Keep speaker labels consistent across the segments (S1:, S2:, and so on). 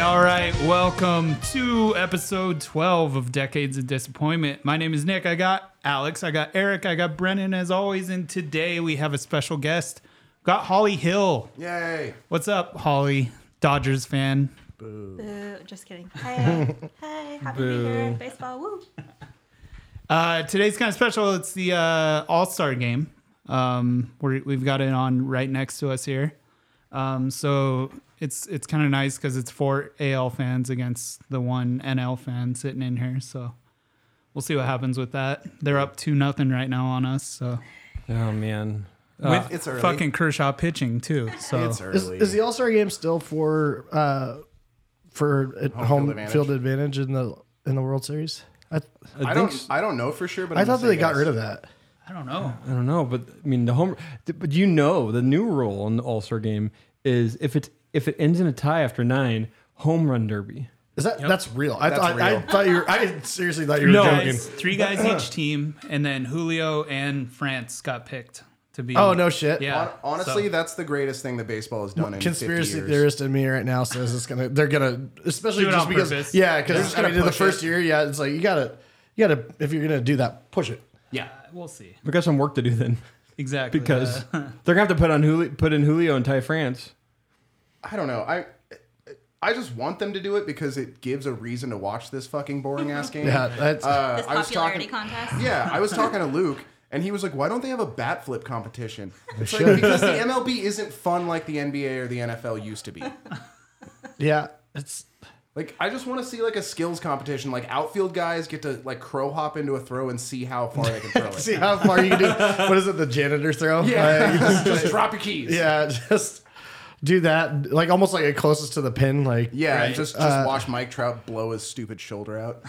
S1: all right. Welcome to episode 12 of Decades of Disappointment. My name is Nick. I got Alex. I got Eric. I got Brennan as always. And today we have a special guest. Got Holly Hill.
S2: Yay!
S1: What's up, Holly? Dodgers fan.
S3: Boo. Just kidding. Hey. uh, hey. Happy to be here. Baseball. Woo.
S1: Uh, today's kind of special. It's the uh, All Star game. Um, we're, we've got it on right next to us here. Um, so it's it's kind of nice because it's four AL fans against the one NL fan sitting in here. So we'll see what happens with that. They're up two nothing right now on us. So
S4: Oh man.
S1: with
S2: it's early.
S1: fucking Kershaw pitching too. So
S2: It's
S5: Is,
S2: early.
S5: is the All Star game still for uh, for at home,
S2: field
S5: field,
S2: advantage?
S5: advantage. in the in the World Series? I,
S2: I
S4: I, think
S2: don't.
S4: s-
S2: I don't know for sure, but
S5: I
S2: I'm
S5: thought
S2: gonna
S5: that they
S2: say
S5: got
S2: yes.
S5: rid of that.
S1: I don't know.
S4: I don't know, but I mean the home. But you know the new rule in the All Star game is if it's if it ends in a tie after nine, home run derby.
S5: Is that that's real? I
S2: That's
S5: thought I
S2: real.
S5: thought you were, I seriously thought you were
S4: No.
S5: joking.
S1: Guys, three guys each team, and then Julio and France got picked to be.
S5: Oh no shit!
S1: Yeah.
S2: Hon- honestly,
S1: So-
S2: that's the greatest thing that baseball has done in
S5: Conspiracy
S2: 50 years.
S5: theorist in me right now says it's gonna they're gonna especially
S1: Do it
S5: just
S1: on
S5: because
S1: purpose.
S5: yeah
S2: They're
S5: because
S2: just
S5: I
S2: gonna
S5: mean, in the
S2: push
S5: first
S2: it.
S5: year yeah it's like you gotta you gotta if you're gonna do that push it
S1: Yeah, we'll see.
S4: We got some work to do then
S1: Exactly.
S4: because
S1: Uh,
S4: they're gonna have to put on Julio, put in Julio and Ty France.
S2: I don't know. I. I just want them to do it because it gives a reason to watch this fucking boring ass game.
S5: yeah that's
S2: Uh,
S3: This
S2: I was
S3: popularity
S2: talking.
S3: contest.
S2: Yeah, I was talking to Luke, and he was like, "Why don't they have a bat flip competition?" It's like
S5: should.
S2: because the MLB isn't fun like the NBA or the NFL used to be.
S5: yeah it's
S2: Like, I just want to see like a skills competition. Like outfield guys get to like crow hop into a throw and see how far they can throw it.
S5: see how far you can do what is it the janitor throw
S2: Yeah,
S5: Like,
S2: just, just drop your keys.
S5: Yeah, just do that. Like almost like it closest to the pin. Like
S2: Yeah, just just watch Mike Trout blow his stupid shoulder out.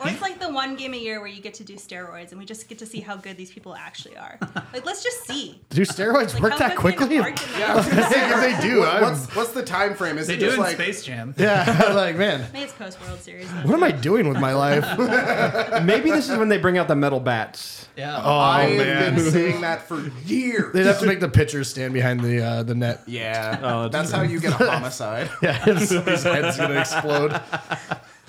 S3: Or it's like the one game a year where you get to do steroids and we just get to see how good these people actually are. Like, let's just see.
S5: do steroids
S3: Like,
S5: work
S3: how
S5: that
S3: good can
S5: quickly?
S3: a bargain that is.
S5: I think if they do, I'm,
S2: What's what's the time frame? Is
S1: they
S2: it
S1: do it
S2: just
S1: in
S2: like
S1: Space Jam.
S5: yeah, I'm like man,
S3: Maybe it's post World Series.
S5: what am I doing with my life?
S4: Maybe this is when they bring out the metal bats.
S1: Yeah.
S2: I
S5: Oh
S2: have
S5: man,
S2: been saying that for years.
S5: they'd have to make the pitchers stand behind the uh, the net.
S2: Yeah,
S4: Oh,
S2: that's
S4: that's
S2: how you get a homicide.
S5: Yeah, and somebody's head's gonna explode.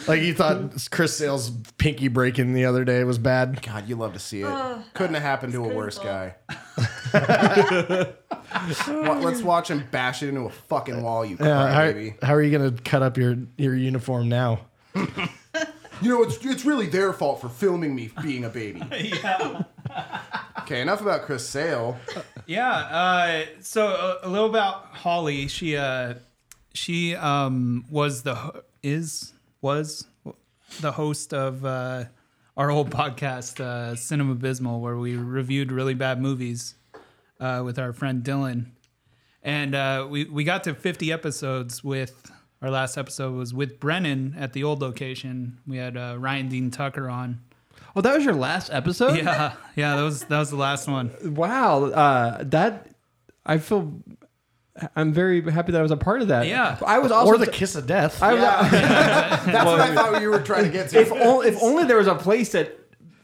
S5: Like you thought Chris Sale's pinky breaking the other day was bad.
S2: God, you love to see it.
S3: Ugh.
S2: Couldn't have happened to a
S3: It's
S2: worse guy.
S3: painful.
S2: Wa- Let's watch him bash it into a fucking wall, you
S5: Uh,
S2: crybaby. baby.
S5: how, how are you gonna cut up your your uniform now?
S2: You know, it's it's really their fault for filming me being a baby. Okay, enough about Chris Sale.
S1: Yeah. Uh, so uh, a little about Holly. She uh, she um, was the ho- is was the host of uh, our old podcast, uh, Cinema Bismal, where we reviewed really bad movies uh, with our friend Dylan, and uh, we we got to fifty episodes with. Our last episode was with Brennan at the old location. We had uh, Ryan Dean Tucker on.
S4: Oh, that was your last episode.
S1: Yeah, yeah, that was that was the last one.
S4: Wow. Uh, that I feel. I'm very happy that I was a part of that.
S1: Yeah.
S4: I was also.
S5: or the kiss of death?
S4: I was,
S2: That's what I thought you were trying to get to.
S4: if, only, if only there was a place that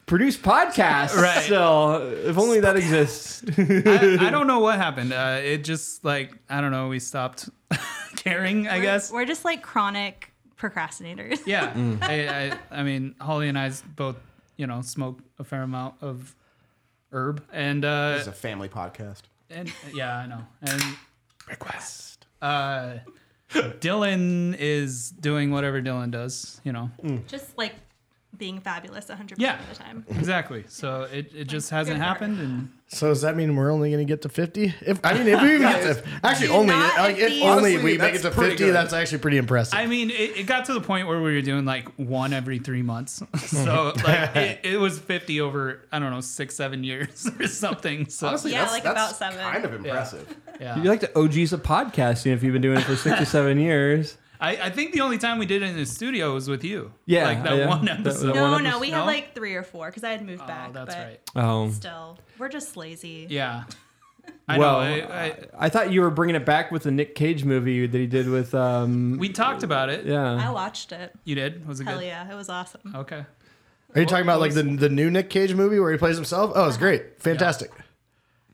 S4: produced podcasts.
S1: Right.
S4: So if only that exists.
S1: I, I don't know what happened. Uh, it just like I don't know. We stopped caring, I guess.
S3: We're just like chronic procrastinators.
S1: Yeah. I, I, I mean, Holly and I s- both, you know, smoke a fair amount of herb, and uh,
S2: It's a family podcast.
S1: and yeah, I know. And request. Uh, Dylan is doing whatever Dylan does. You know.
S3: Just like being fabulous 100%
S1: Yeah.
S3: of the time.
S1: Exactly. So it, it just hasn't
S3: good part.
S1: happened, and
S5: So does that mean we're only going to get to fifty? If I mean, if we even get to actually
S3: Do
S5: only
S3: not
S5: like if
S3: exceed-
S5: only
S2: Honestly,
S5: we make
S2: that's
S5: it to
S2: pretty
S5: fifty,
S2: good.
S5: that's actually pretty impressive.
S1: I mean, it, it got to the point where we were doing like one every three months. So
S4: Mm-hmm.
S1: like it, it was 50 over, I don't know, six, seven years or something. So
S2: Honestly,
S3: Yeah,
S2: that's,
S3: like
S2: that's
S3: about seven.
S2: kind of impressive.
S1: yeah.
S4: You're like the OGs of podcasting if you've been doing it for six or seven years.
S1: I, I think the only time we did it in the studio was with you.
S4: Yeah,
S1: Like that
S4: yeah.
S1: one
S4: That-
S1: episode.
S4: that
S3: No,
S4: one
S3: no,
S4: episode-
S3: we had
S1: No?
S3: like three or four because I had moved back.
S1: oh, that's
S3: but
S1: right.
S4: Oh.
S3: Still, we're just lazy.
S1: Yeah. I
S4: well,
S1: know. I, I,
S4: I thought you were bringing it back with the Nick Cage movie that he did with. Um,
S1: we talked about it.
S3: I
S4: yeah.
S3: watched it.
S1: You did? Was it
S3: Hell
S1: good?
S3: yeah, it was awesome.
S1: Okay.
S5: Are you talking about like the the new Nick Cage movie where he plays himself? Oh, it's great, fantastic.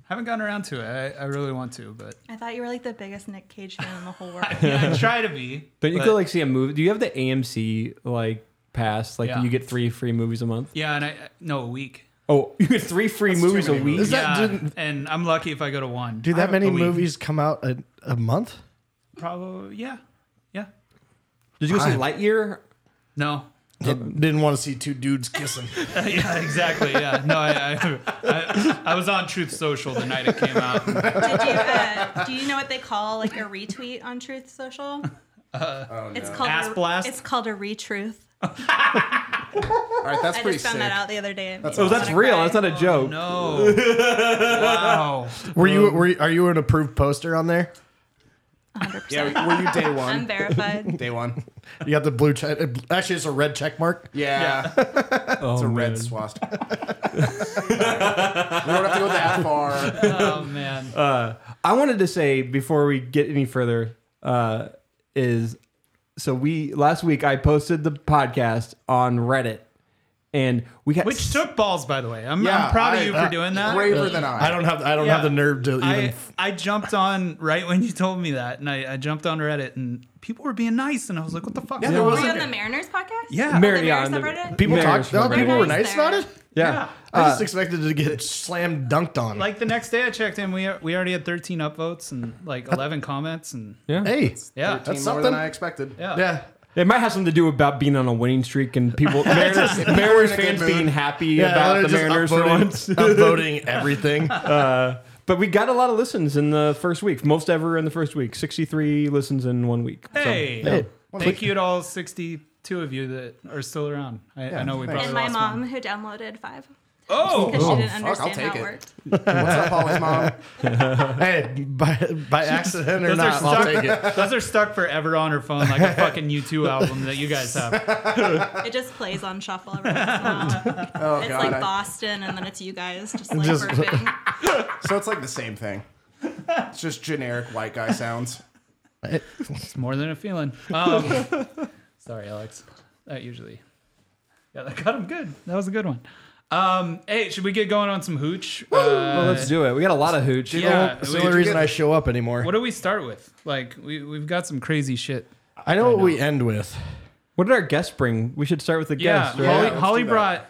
S1: haven't gotten around to it. I, I really want to, but
S3: I thought you were like the biggest Nick Cage fan in the whole world.
S1: yeah, I try to be.
S4: Don't you
S1: but-
S4: go like see a movie? Do you have the AMC like pass? Like
S1: Yeah.
S4: you get three free movies a month.
S1: Yeah, and I no a week.
S4: Oh, you get three free movies a
S5: many
S4: week.
S5: movies. Is that-
S1: Yeah,
S5: didn't-
S1: and I'm lucky if I go to one.
S5: Do that
S1: I-
S5: many
S1: a week.
S5: movies come out a, a month?
S1: Probably. Yeah. Yeah.
S4: Did you go see Lightyear?
S1: No.
S5: Uh, Didn't want to see two dudes kissing.
S1: yeah. Exactly. Yeah. No. I, I, I I was on Truth Social the night it came out.
S3: Did you, uh, do you know what they call like a retweet on Truth Social? It's called
S1: Ass
S3: a,
S1: blast?
S3: It's called a retruth.
S2: All right, that's
S3: I
S2: pretty
S3: just found
S2: sick.
S3: that out the other day.
S4: Oh, that's real. That's not a joke.
S1: No. Wow.
S5: Were you? Were you, are you an approved poster on there?
S3: 100. percent
S2: Yeah, were you day
S3: I'm
S2: one?
S3: verified.
S2: Day one.
S5: You got the blue check. Actually, it's a red check mark.
S2: Yeah,
S4: Oh,
S2: it's a red
S4: man.
S2: swastika. we don't have to go that far.
S1: Oh man.
S4: I wanted to say before we get any further uh, is so we last week I posted the podcast on Reddit and we got
S1: Which took balls, by the way. I'm,
S2: Yeah,
S1: I'm proud
S2: I-
S1: of you
S2: uh,
S1: for doing that.
S2: Braver than I.
S5: I don't have. I don't have the nerve to even.
S1: I, I jumped on right when you told me that, and I, I jumped on Reddit, and people were being nice, and I was like, "What the fuck?"
S2: there
S3: Were
S2: was-
S3: you on the Mariners podcast?
S1: Yeah.
S4: Mary
S3: Mary's
S4: on
S3: subreddit?
S5: people
S4: Mary's
S5: talked. No,
S4: subreddit.
S5: people were
S3: Nice
S5: nice
S3: there.
S5: about it.
S4: Yeah.
S5: I just expected to get slam dunked on.
S1: like the next day, I checked in. We we already had 13 upvotes and like 11 comments, and
S4: Yeah.
S5: hey,
S1: yeah,
S2: Team
S5: That's
S2: more
S5: something.
S2: than I expected.
S1: yeah,
S5: yeah.
S4: It might have something to do about being on a winning streak and people Mariners, Mariners
S2: in a good
S4: fans
S2: mood.
S4: being happy
S5: they're
S4: about the
S5: just
S4: Mariners for
S5: upvoting-
S4: once.
S5: upvoting everything.
S4: But we got a lot of listens in the first week, most ever in the first week. Sixty-three listens in one week. So-
S1: Hey,
S5: Hey,
S1: thank you to all 62 of you that are still around. I, I know we
S2: thanks.
S1: probably
S3: And my
S1: lost
S3: mom
S1: One.
S3: who downloaded five
S1: Oh,
S3: because she didn't
S2: fuck, I'll
S3: understand how
S2: take
S3: it,
S2: it.
S3: worked.
S2: What's up, Holly's mom?
S5: hey, by, by accident or
S1: Those are
S5: not, I'll
S1: stuck.
S5: take it.
S1: those are stuck forever on her phone like a fucking U2 album that you guys have.
S3: It just plays on shuffle every once in a while.
S2: Oh
S3: It's
S2: god.
S3: like
S2: I-
S3: Boston, and then it's you guys just like
S5: Just-
S3: burping.
S2: so it's like the same thing. It's just generic white guy sounds.
S1: It's more than a feeling. Um, sorry, Alex. That usually, yeah, that got him good. That was a good one. Um, hey, should we get going on some hooch? Uh,
S4: Well, let's do it. We got a lot of hooch.
S1: yeah,
S5: That's
S1: Uh, we-
S5: the only reason I show up anymore.
S1: What do we start with? Like we we've got some crazy shit.
S5: I know what we end with.
S4: What did our guest bring? We should start with the
S1: Yeah,
S4: guest.
S1: Holly,
S4: right?
S2: let's do
S1: Holly
S2: that.
S1: brought.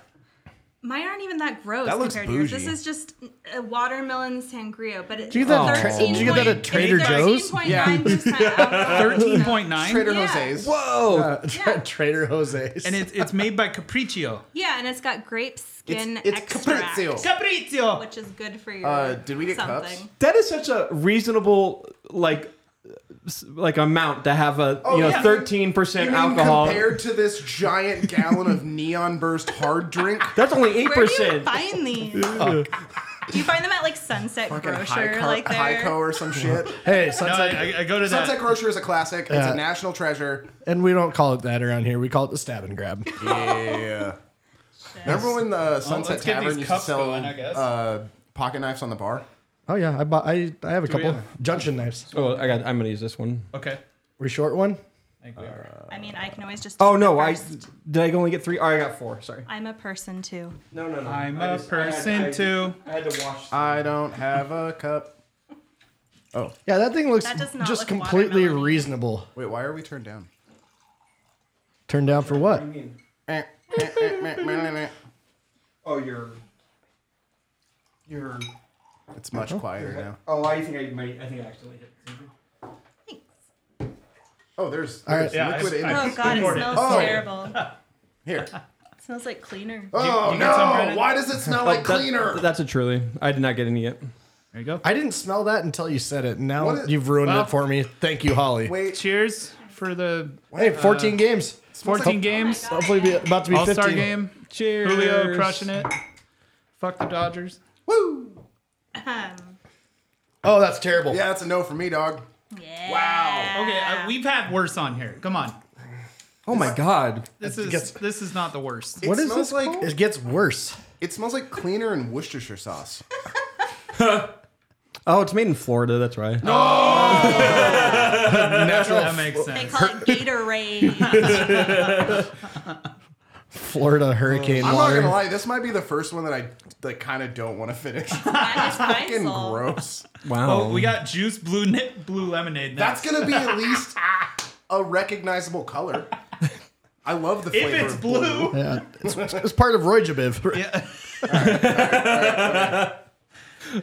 S3: Mine aren't even that gross
S2: That looks
S3: compared to yours. This
S2: bougie.
S3: is just a watermelon sangria, but it's
S5: you get that at Tra- did you get that at Trader Joe's?
S2: Yeah.
S1: Thirteen point nine,
S2: Trader
S3: Yeah.
S2: Jose's.
S5: Whoa, Tra-
S3: Yeah.
S5: Trader Jose's.
S1: and it's it's made by Capriccio.
S3: Yeah, and it's got grape skin
S2: It's- it's
S3: extract,
S2: Capriccio.
S1: Capriccio.
S3: which is good for your.
S2: Uh, did we get cups?
S3: something.
S4: that is such a reasonable like s- like amount to have a
S2: Oh,
S4: you know
S2: yeah.
S4: thirteen
S2: You
S4: percent
S2: mean
S4: alcohol.
S2: compared to this giant gallon of neon burst hard drink?
S4: That's only eight
S3: Where do you
S4: percent.
S3: find these? do you find them at like Sunset
S2: Fucking
S3: Grocer,
S2: Hi-Co-
S3: like there?
S2: Hi-Co or some shit.
S5: hey,
S1: No,
S5: Sunset,
S1: I, I- I go to
S2: Sunset
S1: that.
S2: Grocer is a classic. It's
S5: Yeah.
S2: a national treasure.
S5: and we don't call it that around here. We call it the stab and grab.
S2: Yeah. Remember when the Sunset
S1: let's get these
S2: Tavern used to
S1: cups
S2: sell
S1: going, I guess.
S2: uh, pocket knives on the bar?
S5: oh yeah, I bought. I, I have a
S1: we
S5: couple
S1: have-
S5: junction knives.
S4: Oh, I got. I'm gonna use this one.
S1: Okay.
S5: We short one.
S1: I think we are.
S3: I mean, I can always just.
S4: Oh
S3: take
S4: no!
S3: the
S4: I
S3: first.
S4: did. I only get three. Oh, I got four. Sorry.
S3: I'm a person too.
S4: No, no, no.
S1: I'm
S4: I
S1: a
S4: just- I had-
S1: person
S4: I-
S1: too.
S4: I had to wash.
S2: I don't have a cup. Oh,
S5: Yeah, that thing looks
S3: That does not
S5: just
S3: look
S5: completely
S3: watermelon-y.
S5: reasonable.
S2: wait, why are we turned down?
S5: Turned down for what?
S2: Eh, eh, eh, meh, meh, meh, meh.
S4: Oh, your. Your.
S2: It's much quieter now.
S4: Oh, I think I might. I think I actually hit something.
S3: Thanks.
S2: Oh, there's,
S5: All
S2: there's
S5: right.
S1: Yeah,
S2: liquid
S1: I-
S2: in
S1: I-
S2: it.
S3: Oh god, it
S1: Recorded.
S3: smells
S2: Oh.
S3: terrible. It
S2: Here.
S3: smells like cleaner.
S2: Oh,
S1: you get some,
S2: no!
S1: Brennan?
S2: Why does it smell like
S4: That-
S2: cleaner?
S4: that's a truly. I did not get any yet.
S1: There you go.
S5: I didn't smell that until you said it. Now
S2: What is-
S5: you've ruined
S1: Well-
S5: it for me. Thank you, Holly.
S2: Wait,
S1: Cheers for the
S5: hey, 14 games.
S1: 14 games,
S5: Hopefully, be about to be
S1: Oh All Star
S5: 15.
S1: game.
S4: Cheers.
S1: Julio crushing it. Fuck the Dodgers.
S2: woo!
S3: Um,
S5: Oh, that's terrible.
S2: Yeah, that's a no for me, dog.
S3: yeah.
S1: Wow. Okay, uh, we've had worse on here. Come on.
S4: Oh my god.
S1: This is
S5: gets-
S1: this is not the worst.
S2: It
S5: What is
S2: smells
S5: this
S2: like?
S5: like? It gets worse.
S2: It smells like cleaner and Worcestershire sauce.
S4: Oh, it's made in Florida. That's right. No.
S1: That makes
S3: They
S1: sense.
S3: call it Gatorade.
S5: Florida hurricane
S2: I'm not
S5: water.
S2: gonna lie, this might be the first one that I like kind of don't want to finish.
S3: That is
S2: Fucking
S3: Faisal.
S2: gross.
S4: Wow.
S1: Oh, we got juice blue ni- blue lemonade.
S2: That's
S1: Next.
S2: gonna be at least a recognizable color. I love the
S1: if
S2: flavor.
S1: it's
S2: of
S1: blue.
S5: Yeah, it's, it's part of Royabiv.
S1: Yeah.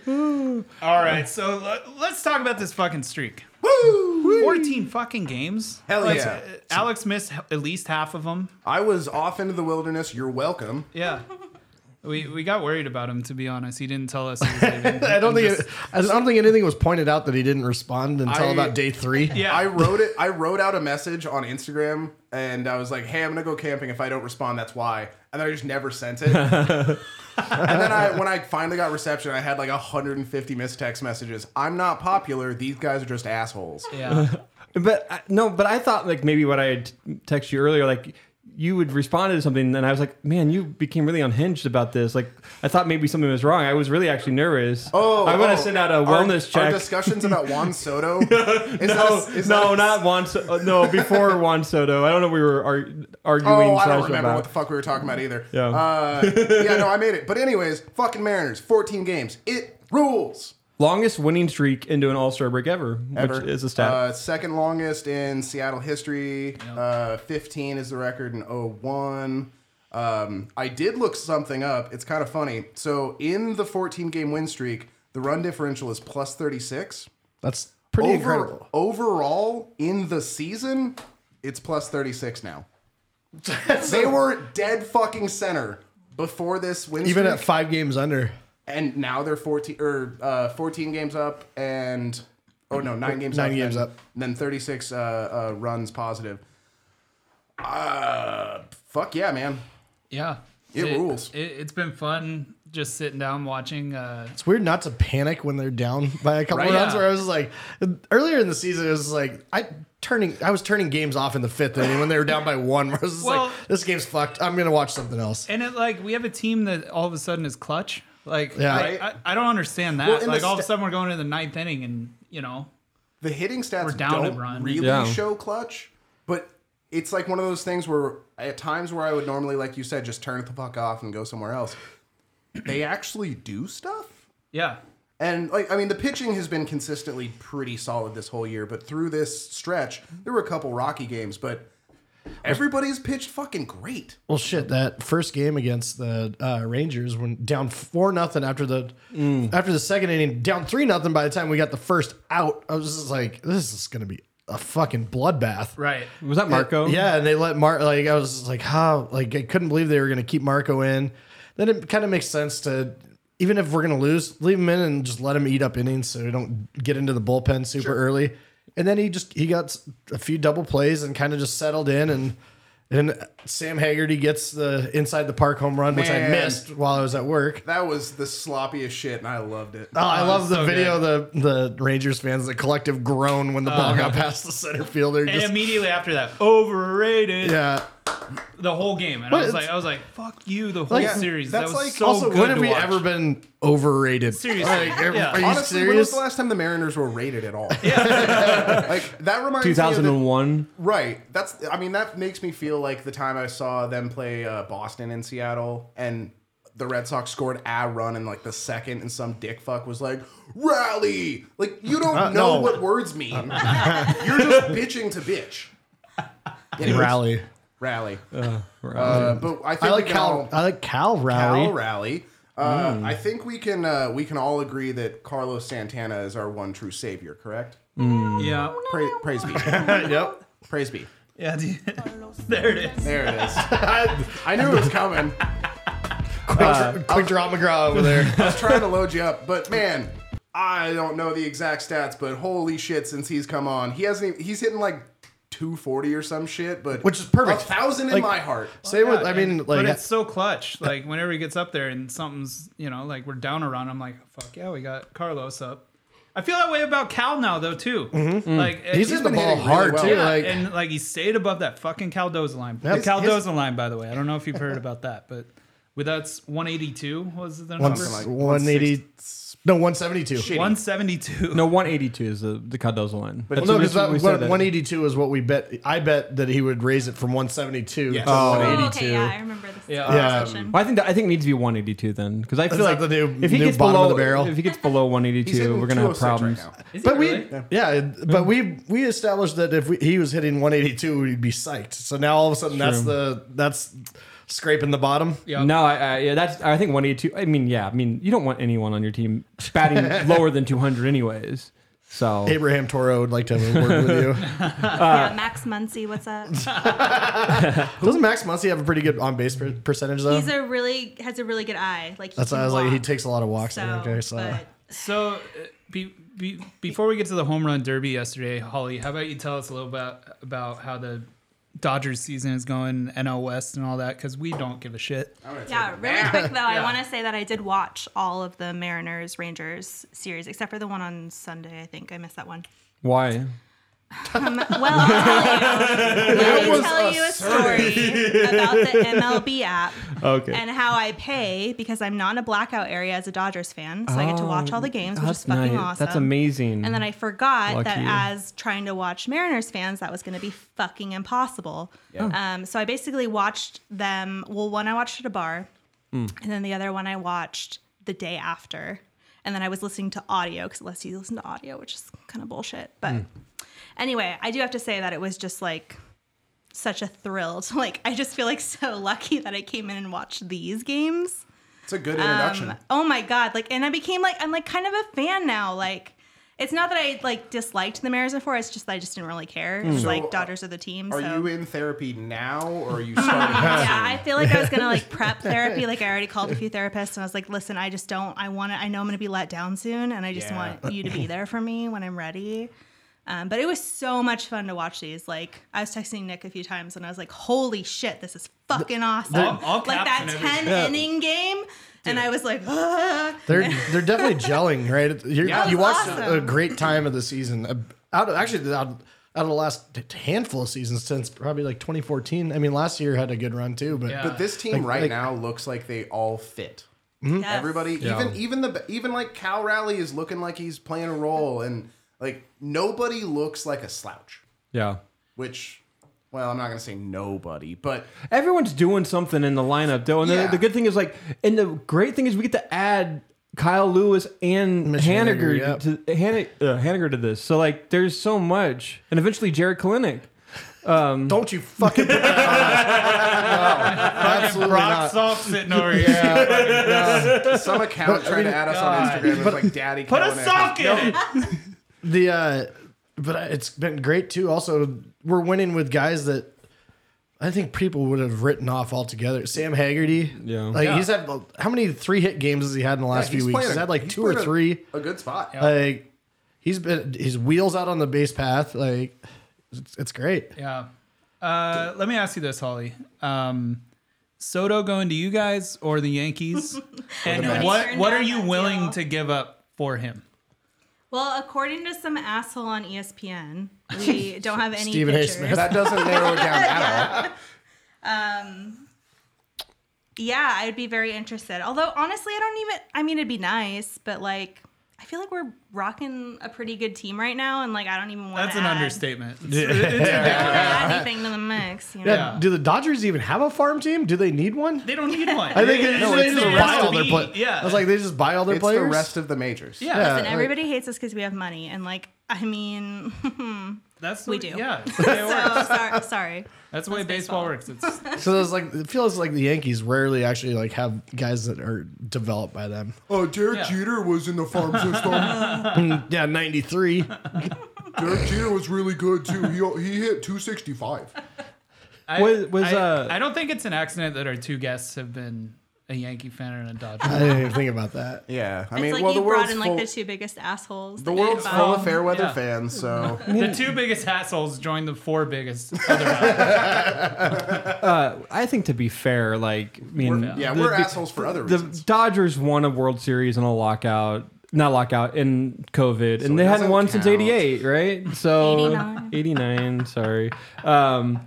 S1: All right, so let- let's talk about this fucking streak.
S2: Woo!
S1: 14 fucking games.
S2: Hell
S1: Like,
S2: yeah.
S1: uh, Alex missed h- at least half of them.
S2: I was off into the wilderness. You're welcome.
S1: Yeah. We, we got worried about him to be honest. He didn't tell us. He was leaving.
S5: I don't
S1: And
S5: think it,
S1: just-
S5: I don't think anything was pointed out that he didn't respond until
S2: I-
S5: about day three.
S1: yeah.
S2: I wrote it. I wrote out a message on Instagram, and I was like, "Hey, I'm gonna go camping. If I don't respond, that's why." And I just never sent it. and then I, when I finally got reception, I had like 150 missed text messages. I'm not popular. These guys are just assholes.
S1: yeah.
S4: But I, no, but I thought like maybe what I had texted you earlier, like you would respond to something, and I was like, man, you became really unhinged about this. Like I thought maybe something was wrong. I was really actually nervous.
S2: Oh,
S4: I want
S2: oh,
S4: to send out a
S2: our-
S4: wellness
S2: Our
S4: check.
S2: discussions about Juan Soto. Is that
S4: no,
S2: a- is that
S4: no,
S2: a-
S4: not Juan. So- uh, no, before Juan Soto. I don't know. if We were ar- arguing.
S2: Oh, I
S4: slash
S2: don't remember
S4: about.
S2: what the fuck we were talking about either.
S4: Yeah.
S2: Uh, yeah, no, I made it. But anyways, fucking Mariners, 14 games. It rules.
S4: longest winning streak into an All Star break ever,
S2: Ever.
S4: which is a stat.
S2: Uh, second longest in Seattle history. Uh, 15 is the record in 01. Um, I did look something up. It's kind of funny. So in the 14 game win streak, the run differential is plus 36.
S5: That's pretty
S2: Over,
S5: incredible.
S2: overall, in the season, it's plus 36 now. they were dead fucking center before this win
S5: Even at
S2: streak,
S5: five games under.
S2: and now they're 14 or uh, 14 games up and oh no, 9 games
S5: Nine
S2: up.
S5: games
S2: then,
S5: up.
S2: Then 36 uh, uh, runs positive. Uh fuck yeah, man.
S1: Yeah.
S2: It rules.
S1: It, it's been fun just sitting down watching. Uh,
S5: It's weird not to panic when they're down by a couple
S1: Right.
S5: rounds.
S1: Yeah.
S5: Where I was like, earlier in the season, it was like I turning, I was turning games off in the fifth inning when they were down by one. Where I was just
S1: Well-
S5: like, this game's fucked. I'm gonna watch something else.
S1: and it like we have a team that all of a sudden is clutch. Like
S5: Yeah.
S1: I,
S5: Right.
S1: I, I don't understand that.
S2: Well, in the
S1: like all of a
S2: sta-
S1: sudden we're going to the ninth inning and you know
S2: The hitting stats
S1: We're down
S2: don't
S1: to run.
S2: really
S4: Yeah.
S2: show clutch, but it's like one of those things where at times where I would normally, like you said, just turn it the fuck off and go somewhere else. They actually do stuff.
S1: yeah.
S2: And like I mean, the pitching has been consistently pretty solid this whole year, but through this stretch, there were a couple rocky games, but everybody's pitched fucking great.
S5: Well, shit, that first game against the uh, Rangers when down four nothing after the after the second inning, down three nothing by the time we got the first out. I was just like, this is gonna be a fucking bloodbath.
S1: Right.
S4: was that Marco?
S5: Yeah, and they let Mar like I was like, how like I couldn't believe they were gonna keep Marco in. Then it kind of makes sense to even if we're gonna lose, leave him in and just let him eat up innings so we don't get into the bullpen super early. And then he just he got s- a few double plays and kind of just settled in and and Sam Haggerty gets the inside the park home run, which I
S2: Man.
S5: missed while I was at work.
S2: That was the sloppiest shit, and I loved it.
S5: Oh, I love the
S1: so
S5: video the the Rangers fans the collective groan when the ball got past the center fielder.
S1: And
S5: Just,
S1: immediately after that, overrated
S5: yeah.
S1: the whole game, and
S5: But
S1: I was like,
S5: it's-
S1: I was like, "Fuck you!" The whole
S5: Like,
S1: series.
S2: that's
S1: That was
S2: like-
S1: so
S5: also,
S1: good
S5: when have
S1: to
S5: we
S1: watch.
S5: ever been overrated?
S1: Seriously.
S5: Like, are,
S1: Yeah.
S5: are you
S2: Honestly, when was
S5: serious?
S2: the last time the Mariners were rated at all? like that reminds me. of the-
S4: 2001.
S2: Right. That's. I mean, that makes me feel like the time I saw them play uh, Boston and Seattle, and the Red Sox scored a run in like the second, and some dick fuck was like, "Rally!" Like you don't
S5: Uh,
S2: know
S5: no.
S2: what words mean. You're just bitching to bitch. Anyways,
S5: rally.
S2: Rally. Uh, but I think
S5: I like
S2: we can
S5: Cal.
S2: all-
S5: I like Cal rally.
S2: Cal rally. Uh,
S5: Mm.
S2: I think we can uh, we can all agree that Carlos Santana is our one true savior. Correct?
S1: Yeah.
S2: Pra- praise be.
S5: yep.
S2: Praise be.
S1: Yeah. Dude. there it is.
S2: There it is. I knew it was coming.
S5: Quick, quick draw McGraw over
S2: I
S5: there.
S2: was trying to load you up, but man, I don't know the exact stats, but holy shit, since he's come on, he hasn't. Even, he's hitting like 240 or some shit, but
S5: Which is perfect.
S2: A thousand in
S5: Like-
S2: my heart.
S5: Same with.
S1: Yeah,
S5: I mean,
S1: and-
S5: like,
S1: but it's so clutch. Like whenever he gets up there and something's, you know, like we're down a run, I'm like, fuck yeah, we got Carlos up. I feel that way about Cal now though too. Like
S5: Mm-hmm. he's
S1: uh,
S5: in the
S2: been
S5: ball
S2: hitting really
S5: hard
S2: well.
S5: too.
S1: yeah,
S5: like,
S1: and like he stayed above that fucking Caldoza line.
S5: His-
S1: the Caldoza
S5: his-
S1: line, by the way. I don't know if you've heard about that, but with that's 182 was the number.
S5: Once- 180, No, 172.
S1: One seventy two.
S4: No, 182 is the, the Cardozo line. But
S5: Well, no, because that, what- 182 is what we bet. I bet that he would raise it from 172
S2: Yes.
S5: to
S2: Oh.
S3: Oh,
S5: 182.
S3: okay, yeah, I remember this
S1: Yeah.
S5: Yeah.
S3: conversation.
S4: Well, I think that, I think it needs to be 182 then, because I feel
S5: Is
S4: like
S5: that the new-
S4: if he
S5: new
S4: gets
S5: bottom of
S4: below
S5: the barrel?
S4: if he gets below
S2: He's hitting
S4: 182, we're gonna have
S2: 206 right
S4: problems.
S2: now.
S1: Is it
S5: But we,
S1: really?
S5: yeah, but we we established that if we, he was hitting 182, we'd be psyched. So now all of a sudden, that's the that's scraping the bottom.
S1: Yeah.
S4: No, I, I yeah, that's I think 182. I mean, yeah, I mean, you don't want anyone on your team batting lower than 200 anyways. So
S3: Oh.
S5: Abraham Toro would like to have a word with you.
S3: yeah, Max Muncy, what's up?
S5: Doesn't Max Muncy have a pretty good on base per- percentage though?
S3: He's a really has a really good eye. Like he
S5: That's why
S3: can
S5: I was like, he
S3: walk.
S5: takes a lot of walks.
S3: So,
S5: I think I saw.
S3: but
S1: So, uh, be, be, before we get to the home run derby yesterday, Holly, how about you tell us a little about about how the Dodgers season is going, NL West, and all that? Because we don't give a shit.
S3: yeah, really quick though, I want to say that I did watch all of the Mariners Rangers series except for the one on Sunday. I think I missed that one. Um,
S4: why?
S3: Well, I'll tell you, let
S2: was
S3: me tell you a story about the MLB app
S4: Okay.
S3: and how I pay because I'm not in a blackout area as a Dodgers fan, so I get to watch all the games, which is fucking awesome.
S4: That's amazing.
S3: And then I forgot
S4: Lucky
S3: that
S4: you.
S3: as trying to watch Mariners fans, that was going to be fucking impossible. Um, so I basically watched them. Well, one I watched at a bar,
S4: Hmm.
S3: and then the other one I watched the day after. And then I was listening to audio because it lets you listen to audio, which is kind of bullshit. But
S4: Hmm.
S3: anyway, I do have to say that it was just like such a thrill. To, like I just feel like so lucky that I came in and watched these games.
S2: It's a good introduction.
S3: Oh my god! Like, and I became like I'm like kind of a fan now. Like, it's not that I like disliked the Mariners before. It's just that I just didn't really care. It's
S2: Mm. So, uh,
S3: like Dodgers are the team.
S2: are
S3: so.
S2: you in therapy now, or are you starting?
S3: yeah, I feel like I was gonna like prep therapy. Like I already called a few therapists, and I was like, "Listen, I just don't. I want to. I know I'm gonna be let down soon, and I just
S2: Yeah.
S3: want you to be there for me when I'm ready." Um, but it was so much fun to watch these. Like I was texting Nick a few times, and I was like, "Holy shit, this is fucking awesome!"
S1: All- all
S3: like
S1: caps
S3: that
S1: and everything.
S3: ten inning game, and I was like, "Ah."
S5: They're they're definitely gelling, right? You're,
S2: Yeah.
S5: you watched
S3: Awesome.
S5: a great time of the season. Uh, Out of, actually, out, out of the last t- handful of seasons since probably like 2014. I mean, last year had a good run too, but
S1: Yeah.
S2: But this team
S5: Like-
S2: right
S5: like-
S2: now looks like they all fit.
S3: Yes.
S2: Everybody, even even the even like Cal Rally is looking like he's playing a role, and like nobody looks like a slouch.
S4: yeah.
S2: Which, well, I'm not gonna say nobody, but
S4: Everyone's doing something in the lineup though, and
S2: Yeah.
S4: the, the good thing is like, and the great thing is we get to add Kyle Lewis and
S5: Mitch
S4: Haniger,
S5: Haniger, yep.
S4: to Haniger, uh, Haniger to this. So like, there's so much, and eventually Jared Kalinick.
S5: don't you fucking put that on us. No, absolutely
S1: Brock Salk
S5: not.
S1: sitting over here.
S2: some account tried to add us on Instagram. It was like Daddy.
S1: Put a
S2: Kalanick."
S1: sock in it.
S5: the uh but I- it's been great too also we're winning with guys that i think people would have written off altogether sam haggerty
S4: Yeah.
S5: like he's had how many three hit games has he had in the
S2: Yeah,
S5: last
S2: he's
S5: few weeks
S2: playing
S5: he's
S2: a-
S5: had like
S2: he's
S5: two or
S2: playing a-
S5: three
S2: A good spot.
S5: like he's been his wheels out on the base path like it's, it's great
S1: Yeah. Uh, let me ask you this, Holly. Um, Soto going to you guys or the Yankees? and
S2: Mets.
S1: what what are
S3: Turned
S1: you
S3: down that
S1: willing
S3: deal.
S1: to give up for him?
S3: Well, according to some asshole on E ESPN, we don't have any
S5: Stephen A.
S3: pictures.
S5: Smith.
S2: That doesn't narrow it down at all.
S3: Yeah, I'd be very interested. Although honestly, I don't even. I mean, it'd be nice, but like, I feel like we're rocking a pretty good team right now, and like, I don't even want.
S1: That's an
S3: add,
S1: understatement.
S3: I don't wanna add anything to the mix. You know?
S5: yeah.
S1: Yeah.
S5: do the dodgers even have a farm team do they need one
S1: They don't need one.
S5: i think they,
S1: It-
S5: they
S1: it's
S5: just
S1: the
S5: buy
S1: rest
S5: all
S1: of
S5: their
S1: the-
S5: players
S1: Yeah.
S5: i was like they just buy all their
S2: It's
S5: players
S2: the rest of the majors.
S1: yeah,
S5: yeah.
S3: And
S5: like-
S3: everybody hates us because we have money, and like, I mean,
S1: that's the,
S3: We do.
S1: Yeah, that's the way, it works.
S3: so, soror- sorry.
S1: That's the way baseball works. It's
S5: So there's like it feels like the Yankees rarely actually like have guys that are developed by them.
S2: Oh, Derek
S1: Yeah.
S2: Jeter was in the farm system.
S5: Yeah, 93.
S2: Derek Jeter was really good too. He he hit 265.
S1: I,
S4: Was- was,
S1: I,
S4: uh,
S1: I don't think it's an accident that our two guests have been a Yankee fan and a Dodger.
S5: I
S1: fan.
S5: didn't even think about that.
S2: Yeah, I
S3: It's
S2: mean,
S3: like
S2: well,
S3: you
S2: the
S3: brought
S2: world's
S3: in
S2: full,
S3: like the two biggest assholes.
S2: the
S3: that you
S2: world's
S3: bought.
S2: full of fair weather
S1: Yeah.
S2: fans. So
S1: the two biggest assholes joined the four biggest. Other
S4: I think to be fair, like I mean,
S2: yeah,
S4: the-
S2: we're
S4: the-
S2: assholes for other
S4: the
S2: reasons.
S4: Dodgers won a World Series in a lockout, not lockout in COVID, and they
S2: it
S4: hadn't
S2: doesn't
S4: won since
S2: count.
S4: '88, right? So
S3: 89.
S4: 89, sorry. Um,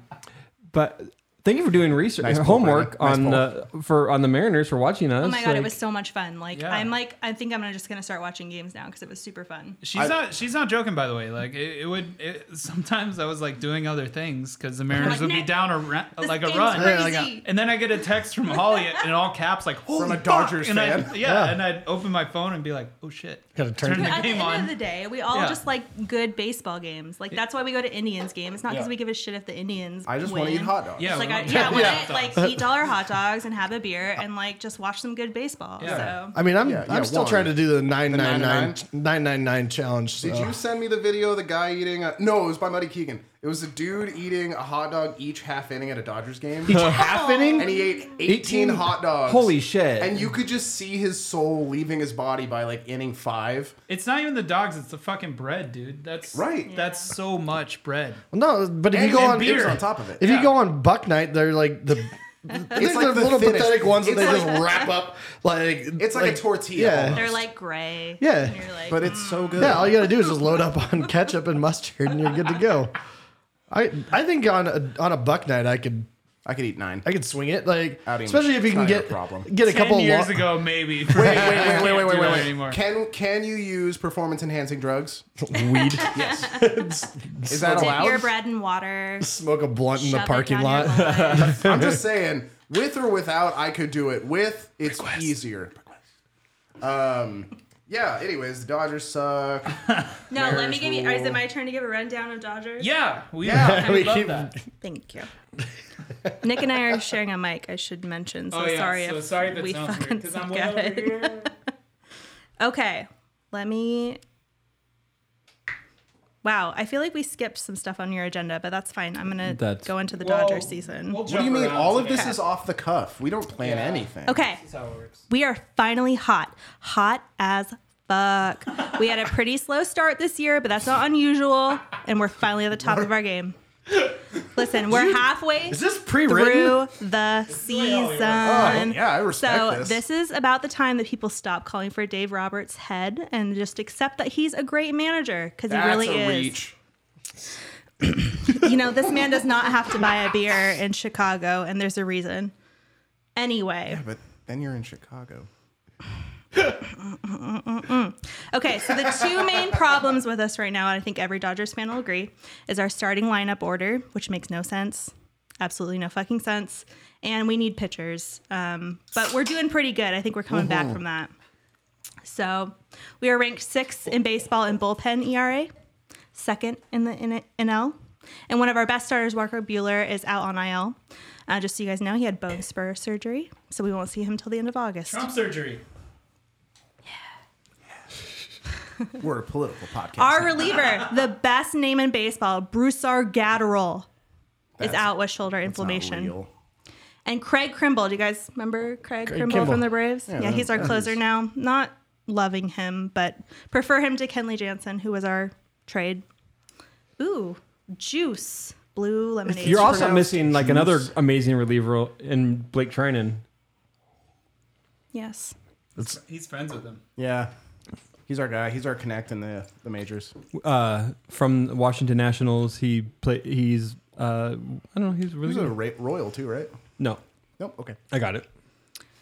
S4: but Thank you for doing research,
S2: Nice poll,
S4: homework
S2: Brandon.
S4: on
S2: Nice
S4: uh, for on the Mariners for watching us.
S3: Oh my god, it
S4: Like,
S3: was so much fun. Like
S1: Yeah.
S3: I'm like I think I'm just gonna start watching games now because it was super fun.
S1: She's not. She's not joking, by the way. Like it, it would. It, sometimes I was like doing other things because the Mariners
S3: Like,
S1: would be
S3: "Nick,
S1: down a ra-
S3: This
S1: like a
S3: game's
S1: run,
S5: Yeah,
S3: Crazy.
S5: like a-
S1: and then I get a text from Holly in all caps, like Holy
S2: a
S1: fuck!"
S2: Dodgers
S1: and I'd-
S2: fan.
S1: yeah,
S5: Yeah.
S1: and I'd open my phone and be like, Oh shit!
S5: Gotta turn-
S1: the
S3: At the
S1: game
S3: end
S1: on.
S3: of the day, we all
S1: Yeah.
S3: just like good baseball games. Like that's why we go to Indians game. It's not because
S2: Yeah.
S3: we give a shit if the Indians.
S2: I just
S3: win.
S2: want to eat hot dogs.
S1: Yeah,
S3: It's like
S1: we
S3: I,
S1: want-
S3: yeah, I
S1: yeah.
S3: want to like eat dollar hot dogs and have a beer and like just watch some good baseball.
S1: Yeah.
S3: So
S5: I mean, I'm
S2: Yeah, yeah,
S5: I'm still
S2: one.
S5: trying to do the 999
S2: 999?
S5: 999 challenge. So.
S2: Did you send me the video of the guy eating? A, no, it was by Muddy Keegan. It was a dude eating a hot dog each half inning at a Dodgers game.
S5: half inning?
S2: and he ate 18,
S4: 18
S2: hot dogs.
S4: Holy shit!
S2: And you could just see his soul leaving his body by like inning five.
S1: It's not even the dogs. It's the fucking bread, dude. That's
S2: Right. Yeah.
S1: That's so much bread.
S5: No, but if
S2: And
S5: you go
S2: and
S5: on
S2: beers
S1: beer.
S2: on top of it.
S5: if
S1: Yeah.
S5: you go on Buck Night, they're like the.
S2: like
S5: It's like
S2: the
S5: the little
S2: thinnest-
S5: pathetic ones that
S2: it's
S5: they
S2: like-
S5: just wrap up like
S2: It's like a tortilla
S5: Yeah,
S2: almost.
S3: they're like gray.
S5: Yeah.
S3: And you're like,
S2: But it's so good.
S5: yeah. All you gotta do is just load up on ketchup and mustard, and you're good to go. I I think on a, on a Buck Night, I could
S2: I could eat nine.
S5: I could swing it like
S2: I don't even-
S5: especially if you
S2: it's
S5: can
S2: not even
S5: get
S2: a problem.
S5: get a
S1: Ten
S5: couple
S1: years
S5: lo-
S1: ago, maybe.
S2: Wait, wait, wait, wait, wait, wait, wait, wait.
S1: Anymore.
S2: Can can you use performance enhancing drugs?
S5: weed
S2: Is that
S3: dip your
S2: allowed?
S3: bread in water.
S5: smoke a blunt in the
S3: shove it
S5: parking
S3: down your
S5: lot.
S3: gullet.
S2: I'm just saying, with or without, I could do it. With, it's easier. Um, yeah. Anyways, the Dodgers suck.
S3: no, let me give you.
S2: Mariners
S3: Is it my turn to give a rundown of Dodgers?
S1: Yeah, we,
S2: Yeah,
S1: we
S5: we
S1: love
S5: keep-
S1: that.
S3: Thank you. Nick and I are sharing a mic. I should mention. So
S1: oh yeah,
S3: sorry.
S1: so
S3: if
S1: sorry if it
S3: we
S1: sounds
S3: fucking
S1: weird because I'm
S3: suck
S1: way
S3: at
S1: over
S3: it.
S1: here.
S3: Okay, let me. Wow, I feel like we skipped some stuff on your agenda, but that's fine. I'm gonna
S4: That's-
S3: go into the
S1: Well,
S3: Dodgers season.
S1: we'll
S2: What do you
S1: jump
S2: mean?
S1: around
S2: All of
S1: today.
S2: this is off the cuff. We don't plan
S1: Yeah.
S2: anything.
S3: Okay,
S1: That's how it works.
S3: we are finally hot, hot as fuck. we had a pretty slow start this year, but that's not unusual, and we're finally at the top of our game. Listen, we're halfway
S5: Is this
S3: through
S5: pre-written?
S3: the season.
S2: yeah, I respect
S3: so
S2: this.
S3: is about the time that people stop calling for Dave Roberts' head and just accept that he's a great manager because he
S2: That's
S3: really
S2: a
S3: is.
S2: reach.
S3: You know, this man does not have to buy a beer in Chicago, and there's a reason. Anyway,
S2: But then you're in Chicago.
S3: okay, so the two main problems with us right now, and I think every Dodgers fan will agree, is our starting lineup order, which makes no sense. Absolutely no fucking sense. And we need pitchers. Um, but we're doing pretty good. I think we're coming back from that. So we are ranked sixth in baseball in bullpen ERA, second in the N- NL. And one of our best starters, Walker Bueller, is out on IL. Uh, just so you guys know, he had bone spur surgery, so we won't see him till the end of August.
S1: Trump surgery.
S2: We're a political podcast.
S3: Our reliever, the best name in baseball, Broussard Gatterell, is
S2: That's-
S3: out with shoulder
S2: It's not
S3: inflammation.
S2: real.
S3: And Craig Kimbrell, do you guys remember Craig,
S5: Craig
S3: Kimbrell,
S5: Kimbrell.
S3: from the Braves? Yeah,
S2: that-
S3: he's our
S2: that
S3: closer
S2: is-
S3: now. Not loving him, but prefer him to Kenley Jansen, who was our trade. Ooh, juice, blue lemonade.
S4: You're also
S2: pronounced
S4: missing like another amazing reliever in Blake Trinan.
S3: yes.
S1: He's friends with him.
S2: Yeah. He's our guy. He's our connect in the, the majors.
S4: uh, from the Washington Nationals. He play. He's uh, I don't know. He's really
S2: He's a
S4: good.
S2: ra- royal too, right?
S4: No,
S2: Nope. Okay.
S4: I got it.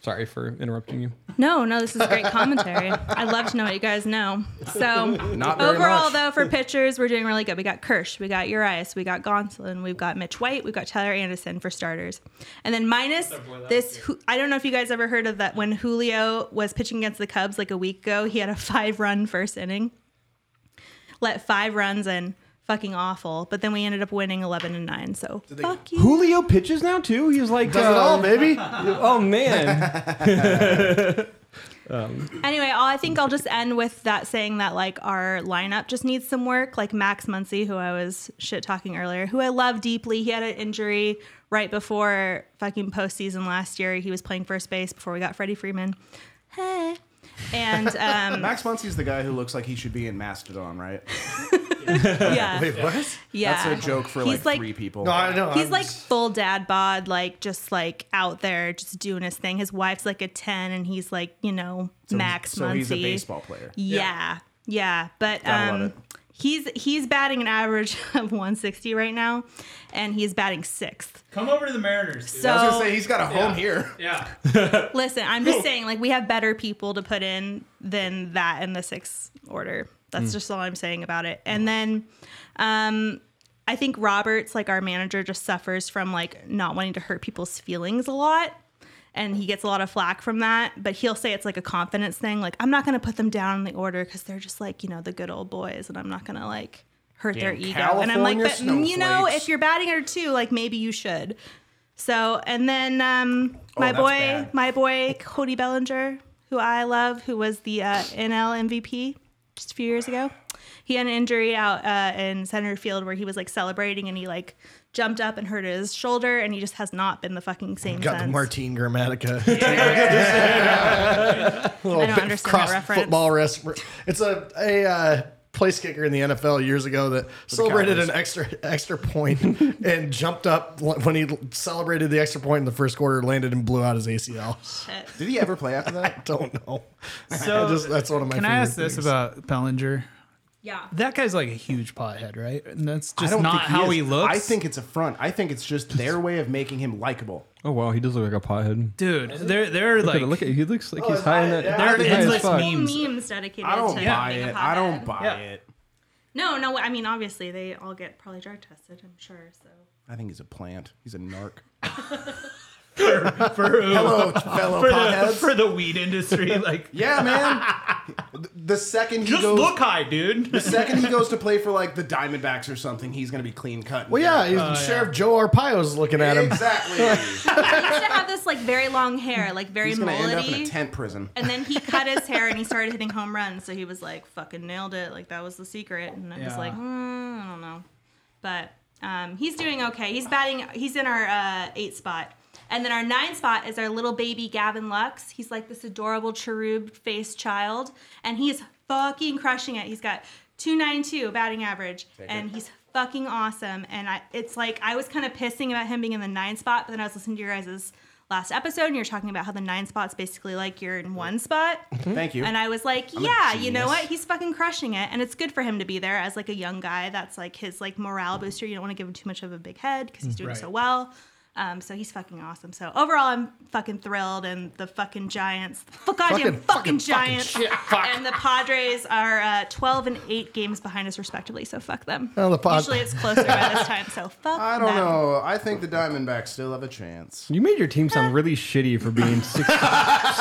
S4: Sorry for interrupting you.
S3: No, no, this is great commentary. I'd love to know what you guys know. So
S2: Not very
S3: overall,
S2: much.
S3: though, for pitchers, we're doing really good. We got Kirsch, we got Urias, we got Gonsolin, we've got Mitch White, we've got Tyler Anderson for starters, and then minus
S1: boy last
S3: this. Ju- I don't know if you guys ever heard of that when Julio was pitching against the Cubs like a week ago. He had a five-run first inning, let five runs in, fucking awful. But then we ended up winning eleven and nine. So fuck you.
S4: Julio pitches now too. He's like um,
S5: Does it all, baby?
S4: Oh man,
S3: Anyway, I'll, I think I'll just end with that saying that like our lineup just needs some work. Like Max Muncy, who I was shit talking earlier, who I love deeply. He had an injury right before fucking postseason last year. He was playing first base before we got Freddie Freeman. Hey. And um,
S2: Max Muncy's the guy who looks like he should be in Mastodon, right?
S3: yeah,
S2: What?
S3: yeah.
S2: That's a joke for
S3: He's
S2: like, three people.
S5: No, I know.
S3: He's
S5: I'm
S3: like
S5: just-
S3: full dad bod, like just like out there, just doing his thing. His wife's like a ten, and he's like you know Max
S2: so
S3: Muncy.
S2: he's a baseball player.
S3: Yeah. Yeah. But
S2: Gotta love
S3: um
S2: it.
S3: He's he's batting an average of 160 right now, and he's batting sixth.
S1: Come over to the Mariners. Dude.
S3: So
S2: I was gonna say he's got a home here.
S1: yeah.
S3: listen, I'm just saying like we have better people to put in than that in the sixth order.
S2: Mm.
S3: That's just all I'm saying about it. And then um I think Roberts, like our manager, just suffers from like not wanting to hurt people's feelings a lot. And he gets a lot of flack from that, but he'll say it's like a confidence thing. Like, I'm not going to put them down in the order because they're just like, you know, the good old boys, and I'm not going to like hurt their
S2: Damn
S3: ego. and I'm like, but
S2: California
S3: you know,
S2: snowflakes.
S3: if you're batting her two, like maybe you should. So, and then um, my
S2: Oh, that's
S3: boy,
S2: bad.
S3: my boy Cody Bellinger, who I love, who was the uh, NL MVP just a few years ago. He had an injury out uh, in center field where he was like celebrating and he like jumped up and hurt his shoulder and he just has not been the fucking same
S5: Got the
S3: since.
S5: Martine Grammatica.
S3: I don't understand that reference.
S5: football rest. It's a a uh, place kicker in the NFL years ago that celebrated an extra extra point and jumped up when he celebrated the extra point in the first quarter, landed and blew out his ACL.
S3: Shit. Oh,
S2: Did he ever play after that?
S5: I don't know.
S1: So
S5: I just, that's one of my.
S1: can I
S5: favorite
S1: ask this
S5: things.
S1: about Bellinger?
S3: Yeah.
S1: That guy's like a huge pothead, right? And that's
S2: I
S1: just
S2: don't
S1: not
S2: think he
S1: how
S2: is.
S1: he looks.
S2: I think it's a front. I think it's just their way of making him likable.
S4: Oh wow, he does look like a pothead.
S1: dude, they're they're like
S4: Look at he looks like he's high in that.
S1: they're
S4: he's high as
S1: endless
S4: fuck.
S1: memes.
S3: memes dedicated
S2: I don't
S3: to
S2: buy
S3: being a
S2: it. I
S3: hothead.
S2: don't buy
S1: Yeah.
S2: it.
S3: No, no. I mean, obviously they all get probably drug tested. I'm sure. So
S2: I think he's a plant. He's a narc.
S1: for,
S2: Hello, fellow
S1: for the
S2: potheads.
S1: for the weed industry. Like,
S2: yeah, man. The second he
S1: just
S2: goes,
S1: look high, dude.
S2: the second he goes to play for like the Diamondbacks or something, he's gonna be clean cut.
S5: Well, yeah, he's- Sheriff Joe Arpaio's looking at him.
S2: exactly.
S3: used to have this like very long hair, like very
S2: he's gonna end up in a
S3: mullety.
S2: tent prison.
S3: and then he cut his hair and he started hitting home runs. So he was like, fucking nailed it. Like that was the secret. And I was
S1: Yeah.
S3: like, hmm, I don't know. But um, he's doing okay. He's batting, he's in our uh, eight spot. And then our nine spot is our little baby Gavin Lux. He's like this adorable cherub faced child. And he's fucking crushing it. He's got 292 batting average. and he's fucking awesome. And I, it's like, I was kind of pissing about him being in the nine spot, but then I was listening to your guys' last episode and you're talking about how the nine spot's basically like you're in one spot.
S2: Thank you.
S3: And I was like,
S2: a
S3: yeah, you
S2: genius.
S3: know what? He's fucking crushing it, and it's good for him to be there as like a young guy. That's like his like morale booster. You don't want to give him too much of a big head because he's doing
S1: Right.
S3: so well. Um, so he's fucking awesome. So overall, I'm fucking thrilled, and the fucking Giants, the goddamn fucking, Giants, and the Padres are uh, 12 and 8 games behind us respectively. So fuck them.
S5: Oh, the Pod-
S3: Usually it's closer by this time. So fuck.
S2: I don't
S3: them.
S2: know. I think the Diamondbacks still have a chance.
S4: You made your team sound really shitty for being 60,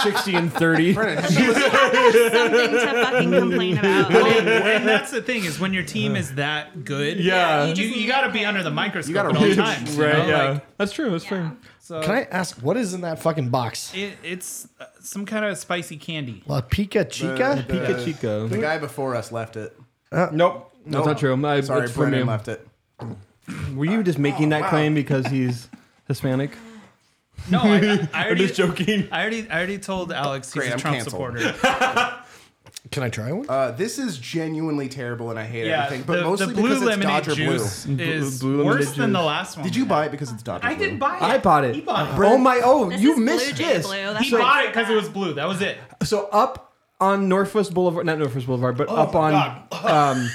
S4: 60 and 30.
S3: Something to fucking complain about.
S1: and that's the thing is when your team is that good,
S4: Yeah.
S1: you, you got to be under the microscope
S2: gotta
S1: at all
S2: reach,
S1: times, you know?
S4: Right, yeah.
S1: Like,
S4: that's true. That's fair.
S1: so
S5: Can I ask what is in that fucking box?
S1: it, it's uh, some kind of spicy candy.
S5: La Pica Chica.
S2: The-
S4: Pika Chico.
S2: The guy before us left it.
S4: Nope. That's not true. I,
S2: Sorry,
S4: it's from
S2: Brennan
S4: you.
S2: left it.
S4: Were you just making that
S2: wow.
S4: claim because he's Hispanic?
S1: No, I, I
S4: I'm
S1: already.
S4: just joking.
S1: I already, I already told Alex he's
S2: Great,
S1: a
S2: I'm
S1: Trump
S2: canceled.
S1: supporter.
S5: Can I try one?
S2: Uh, this is genuinely terrible, and I hate
S1: Yeah,
S2: everything. But
S1: the,
S2: mostly
S1: the blue
S2: because it's
S1: lemonade
S2: Dodger
S1: juice
S2: blue.
S1: is
S4: blue lemonade
S1: worse than the
S4: juice.
S1: last one.
S2: Did you buy it because it's Dodger
S1: I
S2: blue?
S1: didn't buy it.
S4: I bought it.
S1: He bought it.
S4: Oh my! Oh,
S3: This
S4: you
S3: is Blue
S4: missed
S3: Jay
S4: this.
S3: Blue.
S1: He
S3: That's what
S1: bought it because it was blue. That was it.
S4: So up on Northwest Boulevard, not Northwest Boulevard,
S2: Oh
S4: but up on, um,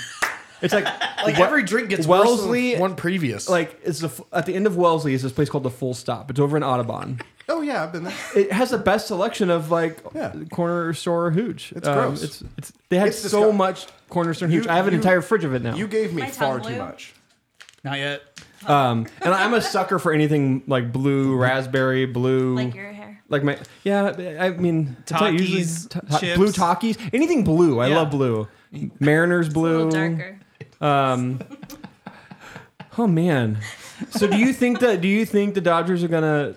S4: it's like
S5: Like
S4: what-
S5: every drink gets
S4: Wellesley-
S5: Wellesley worse than one previous.
S4: like it's the, f- at the end of Wellesley is this place called the Full Stop. It's over in Audubon.
S2: Oh yeah, I've been there.
S4: It has the best selection of like
S2: Yeah.
S4: corner store hooch. It's
S2: gross.
S4: It's, it's they had
S2: It's
S4: so
S2: disgu-
S4: much corner store hooch.
S2: You-
S4: I have an
S2: you-
S4: entire fridge of it now.
S2: You gave me
S3: My
S2: far
S3: tongue
S2: too
S3: blue.
S2: much.
S1: Not yet.
S4: um, and I'm a sucker for anything like blue, raspberry, blue.
S3: like your hair.
S4: like my yeah, I mean, it's not usually
S1: Takis,
S4: ta- ta-
S1: chips.
S4: blue talkies, anything blue. I
S1: Yeah.
S4: love blue. Mariners
S3: A
S4: blue.
S3: little darker.
S4: Um, oh man. So do you think that do you think the Dodgers are gonna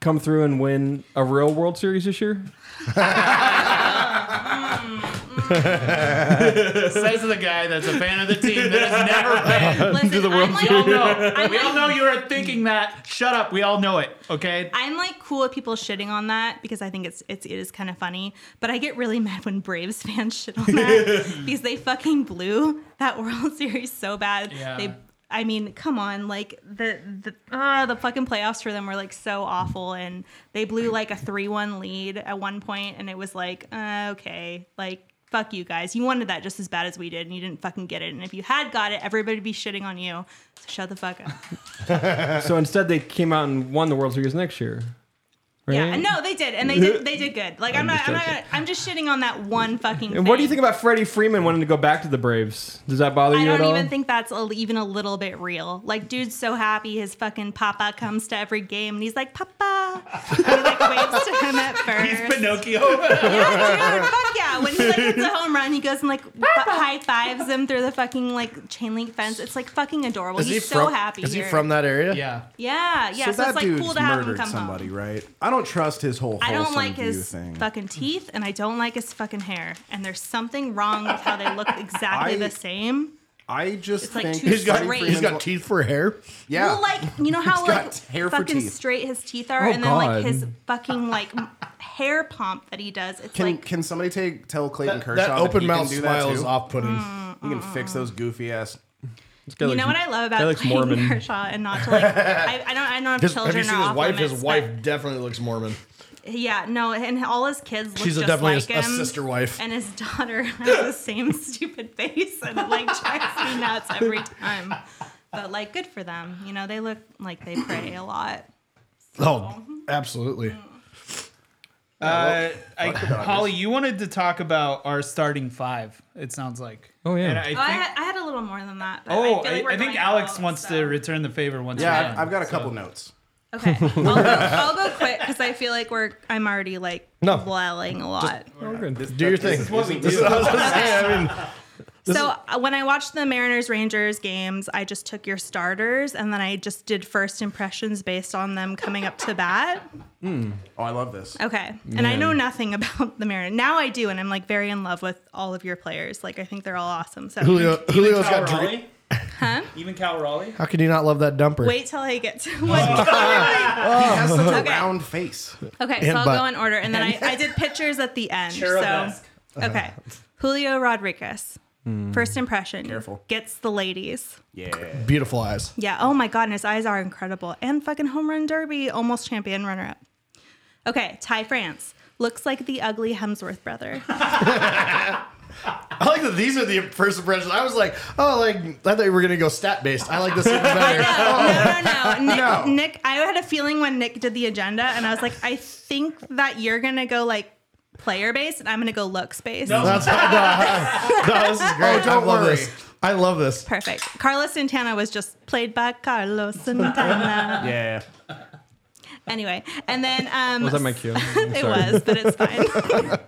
S4: come through and win a real World Series this year?
S1: Says the guy that's a fan of the team that has never been.
S3: Listen,
S4: the World
S3: I'm like,
S1: We all know.
S3: I'm
S1: We all
S3: like,
S1: know you are thinking that. Shut up. We all know it. Okay.
S3: I'm like cool with people shitting on that because I think it's it's it is kind of funny. But I get really mad when Braves fans shit on that because they fucking blew that World Series so bad.
S1: Yeah.
S3: They I mean, come on, like the the uh, the fucking playoffs for them were like so awful and they blew like a 3-1 lead at one point and it was like, uh, okay, like fuck you guys. You wanted that just as bad as we did, and you didn't fucking get it. And if you had got it, everybody would be shitting on you. So shut the fuck up.
S4: So instead, they came out and won the World Series next year.
S3: Yeah,
S4: Right?
S3: no, they did, and they did. They did good. Like I'm, not. I'm not.
S4: joking.
S3: Gonna, I'm just shitting on that one fucking.
S4: And what do you
S3: thing.
S4: think about Freddie Freeman wanting to go back to the Braves? Does that bother
S3: I
S4: you at
S3: don't
S4: all?
S3: even think that's a, even a little bit real. Like, dude's so happy his fucking papa comes to every game, and he's like, "Papa," and he like waves to him at first.
S1: He's Pinocchio. Uh,
S3: yeah, dude, fuck yeah! When he like hits a home run, he goes and like high fives him through the fucking like chain link fence. It's like fucking adorable.
S5: Is
S3: he's
S5: he
S3: so
S5: from?
S3: happy.
S5: Is he
S3: here.
S5: from that area?
S1: yeah.
S3: Yeah, yeah. So,
S2: that
S3: it's like
S2: dude's
S3: cool to have him
S2: murdered
S3: come
S2: somebody,
S3: home.
S2: right? I don't trust his whole.
S3: I don't
S2: wholesome
S3: like
S2: view
S3: his
S2: thing.
S3: fucking teeth, and I don't like his fucking hair. And there's something wrong with how they look exactly
S2: I-
S3: the same.
S2: I just
S3: It's like
S2: think
S3: too
S5: He's got,
S3: Straight.
S5: he's got teeth for hair.
S2: Yeah,
S3: Well, like you know how
S2: He's
S3: like
S2: got hair for
S3: fucking
S2: teeth.
S3: straight his teeth are,
S4: Oh,
S3: and then
S4: God.
S3: like his fucking like m- hair pomp that he does. It's
S2: can
S3: like
S2: can somebody take tell Clayton
S5: That,
S2: Kershaw that
S5: open
S2: he
S5: mouth
S2: can do that
S5: smile is
S2: too?
S5: off putting.
S3: Uh-huh.
S2: You can fix those goofy ass.
S4: This guy
S3: you
S4: looks-
S3: know what I love
S4: guy
S3: about
S4: looks
S3: Clayton
S4: Mormon.
S3: Kershaw and not to like I, I don't I don't have children.
S5: have you
S3: or
S5: seen his
S3: off
S5: wife? His
S3: limits,
S5: wife definitely looks Mormon.
S3: but- Yeah, no, and all his kids look
S5: She's a-
S3: just
S5: definitely a-
S3: like
S5: a
S3: him,
S5: sister wife.
S3: and his daughter has the same stupid face, and it like drives me nuts every time. But like, good for them. You know, they look like they pray a lot.
S5: Oh, absolutely.
S1: Uh, I, Holly, you wanted to talk about our starting five. It sounds like.
S4: Oh, yeah.
S1: And I think.
S3: Oh, I, had, I had a little more than that. But
S1: oh,
S3: I, feel like
S1: I,
S3: we're
S1: I think
S3: going
S1: Alex
S3: out,
S1: wants to
S3: so.
S1: return the favor once.
S2: Yeah,
S1: we're
S2: I've,
S1: done.
S2: I've got a couple notes.
S3: Okay, I'll go, I'll go quick because I feel like we're I'm already like
S5: No.
S3: blailing a lot.
S4: Oh, good.
S5: Do your thing.
S1: This is what we
S5: This is
S1: do.
S5: what I was gonna say. I mean,
S3: so uh, when I watched the Mariners Rangers games, I just took your starters and then I just did first impressions based on them coming up to bat.
S2: Oh, I love this.
S3: Okay, and I know nothing about the Mariners now. I do, and I'm like very in love with all of your players. Like I think they're all awesome. So
S5: Julio, Julio's got.
S1: Cal
S5: Dre-
S1: Raleigh? Even Cal Raleigh?
S5: How could you not love that dumper?
S3: wait till I get to what.
S2: He has such a
S3: Okay.
S2: round face.
S3: okay, so
S5: And
S3: I'll
S5: butt.
S3: go in order, and then I, I did pictures at the end. So
S1: Cherubesque.
S3: okay, Julio Rodriguez. First impression.
S2: Careful.
S3: Gets the ladies.
S2: Yeah.
S5: Beautiful eyes.
S3: Yeah. Oh my God. And his eyes are incredible. And fucking home run derby, almost champion runner up. Okay. Ty France looks like the ugly Hemsworth brother.
S5: I like that these are the first impressions. I was like, oh, like I thought you were gonna go stat based. I like this even better.
S3: no, no, no.
S2: No.
S3: Nick, Nick, I had a feeling when Nick did the agenda, and I was like, I think that you're gonna go like player based, and I'm gonna go looks based.
S5: That's no, I- no, this is great.
S2: don't
S5: I love
S2: worry.
S5: this. I love this.
S3: Perfect. Carlos Santana was just played by Carlos Santana.
S2: Yeah.
S3: Anyway, and then um,
S4: Was that my cue? I'm
S3: it
S4: sorry.
S3: was, but it's fine.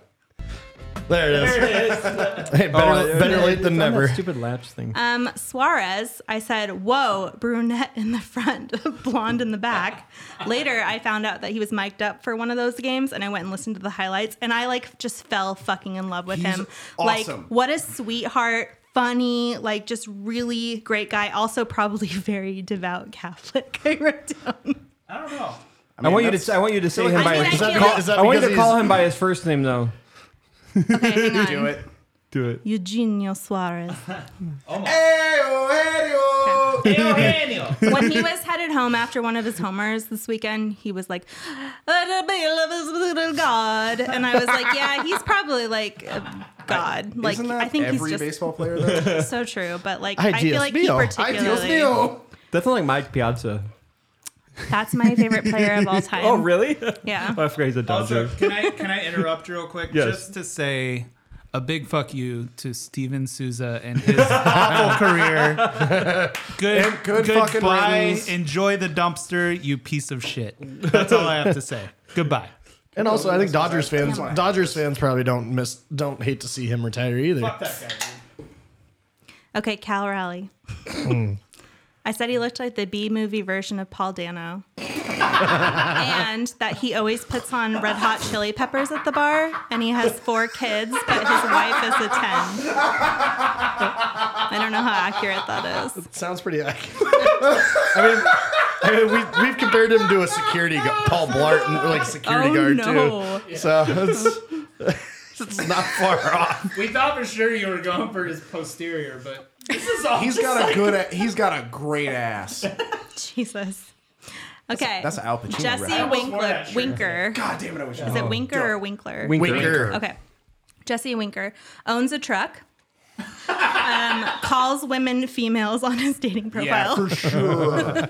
S5: There it is. Hey, better,
S4: Oh,
S5: better
S4: yeah,
S5: late than
S4: it's on that
S5: never.
S4: Stupid laps thing.
S3: Um, Suarez, I said, whoa, brunette in the front, blonde in the back. Later, I found out that he was mic'd up for one of those games, and I went and listened to the highlights, and I like just fell fucking in love with
S2: He's
S3: him.
S2: awesome.
S3: Like, what a sweetheart, funny, like just really great guy. Also, probably very devout Catholic. I wrote down.
S1: I don't know.
S4: I, want you
S2: that's-
S4: to. I want you to say him
S3: I
S4: by.
S3: mean,
S4: his,
S3: I
S5: that
S3: can't-
S5: because- is that
S4: I want you to
S5: because
S4: call
S5: he's-
S4: him by his first name though.
S3: Okay, hang on.
S2: Do it.
S4: Do it.
S3: Eugenio Suarez.
S2: Hey,
S3: when he was headed home after one of his homers this weekend, he was like, "I be love is little God," and I was like, "Yeah, he's probably like a god. Like,
S2: Isn't that
S3: I think
S2: every
S3: he's just
S2: baseball player though?
S3: so true. But like, I
S5: Ideas
S3: feel like he
S5: mio.
S3: particularly
S4: That's not like Mike Piazza.
S3: that's my favorite player of all time.
S4: Oh really?
S3: Yeah.
S4: I forgot he's a Dodger.
S1: Also, can I can I interrupt real quick
S4: Yes.
S1: just to say a big fuck you to Steven Souza and his awful career. Good,
S2: And good fucking
S1: goodbye.
S2: riddance.
S1: Enjoy the dumpster, you piece of shit. That's all I have to say. Goodbye.
S5: And also, I think Dodgers fans,
S2: Come on.
S5: Dodgers fans probably don't miss, don't hate to see him retire either.
S3: Okay, Cal Raleigh.
S2: Hmm.
S3: I said he looked like the B movie version of Paul Dano. and that he always puts on red hot chili peppers at the bar and he has four kids, but his wife is a 10. I don't know how accurate that is.
S5: Sounds pretty accurate. I mean, I mean we, we've compared him to a security guard, Paul Blart, and, like security
S3: Oh,
S5: guard
S3: no.
S5: too. So it's, it's not far off.
S1: We thought for sure you were going for his posterior, but this is all.
S2: He's got a good. a- He's got a great ass.
S3: Jesus. Okay.
S2: That's an Al Pacino.
S3: Jesse
S2: rap.
S1: wore
S3: Winkler,
S1: that shirt.
S3: Winker.
S2: God damn it! I wish. I
S3: Is it Winker or Winkler?
S4: Winker.
S5: Winker.
S3: Okay. Jesse Winker owns a truck. um, calls women females on his dating profile.
S2: sure.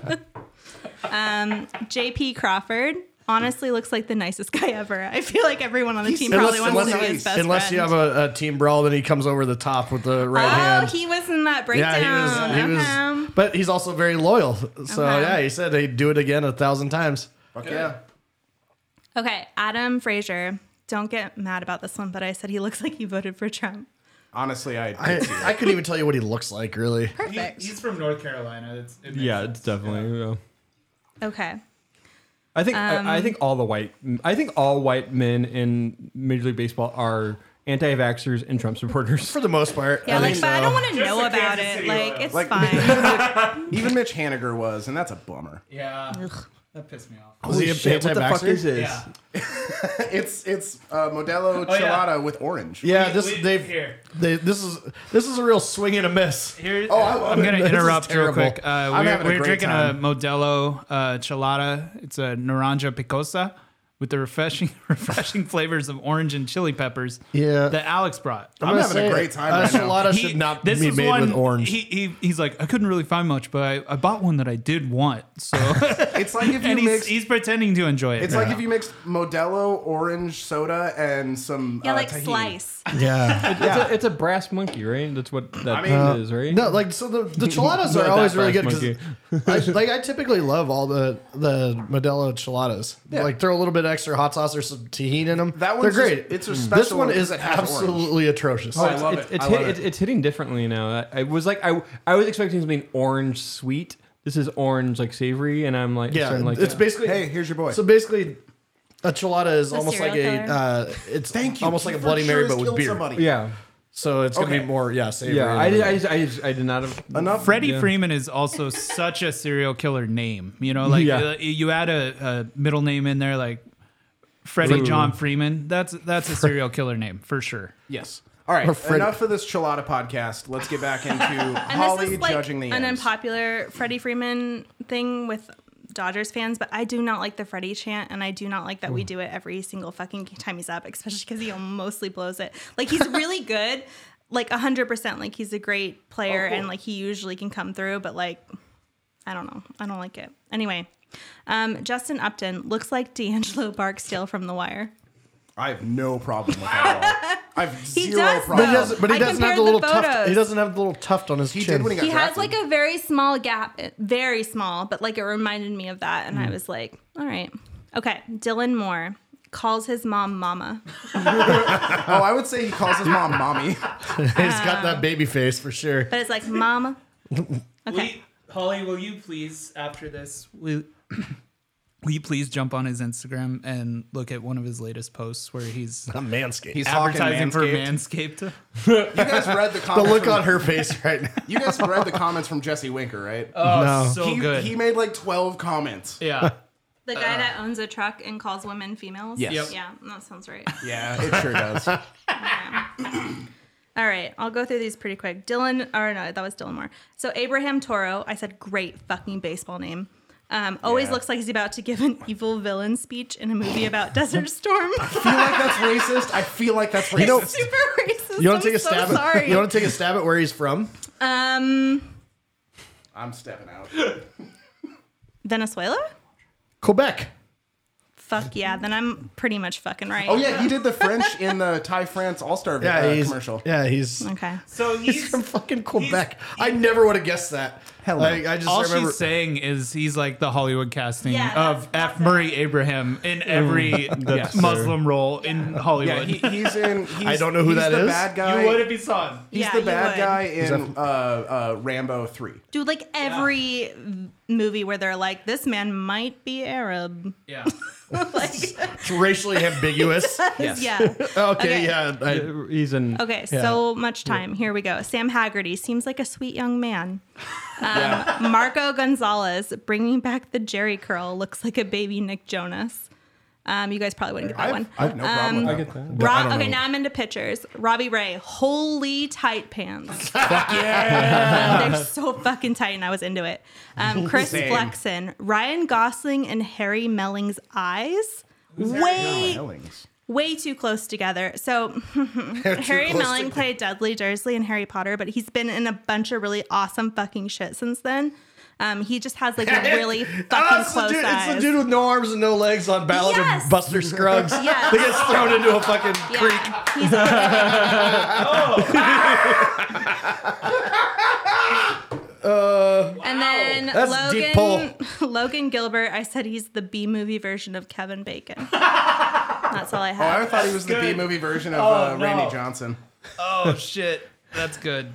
S3: JP Crawford honestly looks like the nicest guy ever. I feel like everyone on the team
S5: Unless-
S3: probably wants to
S5: unless-
S3: be his best
S5: Unless
S3: friend.
S5: you have a, a team brawl, then he comes over the top with the right
S3: oh,
S5: hand.
S3: he was in that breakdown. Uh-huh.
S5: yeah, he was. He was
S3: Okay.
S5: but he's also very loyal. So
S3: Okay.
S5: yeah, he said he'd do it again a thousand times.
S2: Fuck yeah.
S3: okay, Adam Frazier. Don't get mad about this one, but I said he looks like he voted for Trump.
S2: Honestly, I.
S5: I, I couldn't even tell you what he looks like, really.
S1: He- he's from North Carolina. It's, it makes
S4: Yeah,
S1: sense.
S4: it's definitely. uh,
S3: Okay.
S4: I think I, I
S3: Um,
S4: think all the white I think all white men in Major League Baseball are anti-vaxxers and Trump supporters.
S5: For the most part.
S3: Yeah,
S5: I
S3: like,
S5: think
S3: but I
S5: so.
S3: don't want to know
S1: the
S3: about
S1: Kansas
S3: it.
S1: City
S3: Like,
S1: Royals.
S3: it's
S2: Like-
S3: fine.
S2: Even Mitch Haniger was, and that's a bummer.
S1: Yeah. That pissed me off.
S5: Was he
S4: Holy shit, what the fuck
S5: anti-vaxxer?
S4: is this?
S1: Yeah.
S2: It's it's uh,
S1: Oh,
S2: Modelo Chilada
S1: yeah.
S2: with orange.
S5: Yeah,
S1: We-
S5: this
S1: we-
S5: they've
S1: here.
S5: they, this is this is a real swing and a miss.
S1: Here,
S2: Oh, I love
S1: I'm
S2: it.
S1: going to
S5: This is
S1: interrupt real
S5: terrible.
S1: quick. Uh,
S2: I'm
S1: we're
S2: having a
S1: we're
S2: great
S1: drinking
S2: time.
S1: a Modelo uh, Chelada. It's a Naranja Picosa with the refreshing refreshing flavors of orange and chili peppers
S5: Yeah.
S1: that Alex brought.
S2: I'm
S5: gonna
S2: having a
S5: say
S2: great time
S5: A
S2: right now.
S5: enchilada
S1: He-
S5: should not
S1: this
S5: be
S1: is
S5: made
S1: one,
S5: with orange.
S1: He, he, he's like, I couldn't really find much, but I, I bought one that I did want. So,
S2: It's like if you
S1: and he's,
S2: mix.
S1: he's pretending to enjoy it.
S2: It's like if you mixed Modelo orange soda and some
S3: yeah,
S2: uh,
S3: like
S2: tahini.
S3: slice.
S5: yeah.
S4: It's, a, it's a brass monkey, right? That's what that
S2: mean- Uh,
S4: is, right?
S5: No, like so the the chiladas
S4: Not
S5: are
S4: that
S5: always really good
S4: brass
S5: because like I typically love all the the Modelo chiladas. Like throw a little bit extra hot sauce or some tahini in them.
S2: That
S5: they're
S2: one's
S5: great.
S2: just- it's a
S5: this
S2: special
S5: one
S2: one
S5: is
S2: 'cause it has Oh,
S5: absolutely atrocious.
S2: I love
S4: it's,
S2: it.
S4: It's,
S2: I
S4: hit,
S2: love
S4: it's,
S2: it.
S4: it's hitting differently now. I, I was like, I, I was expecting something orange sweet. This is orange, like savory, and I'm like,
S5: yeah,
S4: starting like
S5: it's basically
S2: Hey, here's your boy.
S5: So basically, a chilada is almost
S3: serial
S5: like a
S3: killer.
S5: uh, it's
S2: Thank you.
S5: almost like a
S2: Kiefer
S5: Bloody
S2: sure
S5: Mary
S2: has
S5: but with
S2: killed
S5: beer.
S2: somebody.
S4: yeah,
S5: So it's gonna
S2: Okay.
S5: be more yeah savory.
S4: yeah. I,
S5: and-
S4: did- I, just, I, just, I did not have
S2: Enough.
S1: Freddie Freeman is also such a serial killer name. You know, like
S4: Yeah.
S1: uh, you add a, a middle name in there, like Freddie
S4: Freeman.
S1: John Freeman. That's that's a serial killer name for sure.
S2: Yes. All right.
S5: Or Fred-
S2: Enough of this Chilada podcast. Let's get back into
S3: And this
S2: Holly
S3: is like
S2: judging the
S3: an
S2: M's.
S3: unpopular Freddie Freeman thing with Dodgers fans, but I do not like the Freddie chant, and I do not like that
S2: Hmm.
S3: we do it every single fucking time he's up, especially because he mostly blows it. Like he's really good, like hundred percent. Like he's a great
S2: Oh,
S3: player, and like he usually can come through, but like I don't know, I don't like it. Anyway, um, Justin Upton looks like D'Angelo Barksdale from The Wire.
S2: I have no problem with that at all. I have
S3: He
S2: zero
S3: does,
S5: But
S2: problem.
S5: he doesn't. But he
S3: I
S5: doesn't have
S3: compared
S5: the
S3: the
S5: little tuft.
S3: photos.
S5: He doesn't have the little tuft on his
S2: He
S5: chin.
S2: did when he got
S3: He has
S2: drafted.
S3: like a very small gap, very small, but like it reminded me of that.
S5: Mm.
S3: And I was like, all right. Okay. Dylan Moore calls his mom mama.
S2: Oh, I would say he calls his mom mommy.
S5: He's
S3: Ah.
S5: got that baby face for sure.
S3: But it's like, mama. Okay.
S1: Holly, will you please after this? Will, will you please jump on his Instagram and look at one of his latest posts where he's
S5: I'm manscaped.
S2: He's talking
S1: advertising for
S2: Manscaped.
S1: Manscaped?
S2: You guys read the
S5: the
S2: comments.
S5: look
S2: from,
S5: on her face right now.
S2: You guys read the comments from Jesse Winker, right?
S1: Oh,
S5: No.
S1: so
S2: he,
S1: good.
S2: he made like 12 comments.
S1: yeah,
S3: The guy that owns a truck and calls women females.
S2: Yes. Yep.
S3: Yeah. That sounds right.
S2: Yeah, it sure does.
S3: All right, I'll go through these pretty quick. Dylan, or no, that was Dylan Moore. So Abraham Toro, I said great fucking baseball name. Um, always
S2: Yeah.
S3: looks like he's about to give an evil villain speech in a movie about Desert Storm.
S2: I feel like that's racist. I feel like that's racist.
S3: Super racist.
S5: You
S3: You I'm
S5: want to take a
S3: so
S5: stab?
S3: sorry.
S5: At, you want to take a stab at where he's from?
S3: um,
S2: I'm stepping out.
S3: Venezuela?
S5: Quebec.
S3: Fuck yeah, then I'm pretty much fucking right.
S2: Oh, yeah, he did the French in the Thai France All Star
S5: Yeah,
S2: uh,
S5: he's
S2: commercial.
S5: Yeah, he's.
S3: Okay.
S1: so
S5: He's from fucking Quebec. I never would have guessed that.
S2: Hello.
S5: Like, I just
S1: All
S5: remember.
S1: she's saying is he's like the Hollywood casting
S3: Yeah,
S1: of
S3: that's-
S1: F. Murray Abraham in every
S4: that's
S1: Muslim role in
S2: Yeah,
S1: Hollywood.
S2: he, he's in. He's,
S5: I don't know who
S2: he's
S5: that
S2: the
S5: is.
S2: Bad guy.
S1: you would if you saw him.
S2: He's
S3: Yeah,
S2: the
S3: you
S2: bad
S3: would.
S2: guy in uh, uh, Rambo 3.
S3: Dude, like every v- movie where they're like, this man might be Arab.
S1: Yeah.
S3: like,
S5: It's racially ambiguous.
S3: yeah.
S5: Okay,
S3: Okay.
S5: yeah. I,
S4: he's an
S3: Okay, so much time. Here we go. Sam Haggerty seems like a sweet young man. Um, Marco Gonzalez bringing back the Jerry curl looks like a baby Nick Jonas. Um, you guys probably wouldn't get that
S2: I've,
S3: one.
S2: I've no problem with
S4: I
S2: that.
S4: get that.
S3: Ro-
S5: I don't
S3: okay,
S5: know.
S3: now I'm into pictures. Robbie Ray, holy tight pants. They're so fucking tight, and I was into it. Um, Chris
S2: Same.
S3: Flexen, Ryan Gosling, and Harry Melling's eyes. Wait,
S2: Hellings.
S3: way too close together. So Harry
S2: close
S3: Melling played Dudley Dursley in Harry Potter, but he's been in a bunch of really awesome fucking shit since then. Um, he just has like a really fucking
S5: Ah, it's, the
S3: close
S5: dude, it's
S3: eyes.
S5: the dude with no arms and no legs on Ballad
S3: Yes.
S5: of Buster Scruggs.
S3: Yes.
S5: That gets thrown into a fucking creek.
S3: yeah, he's a- and then
S5: Oh. That's a deep
S3: Logan Logan Gilbert. I said he's the B movie version of Kevin Bacon. That's all I
S2: Oh,
S3: have.
S2: I thought he was the B movie version of uh, Randy Johnson.
S1: Oh shit, that's good.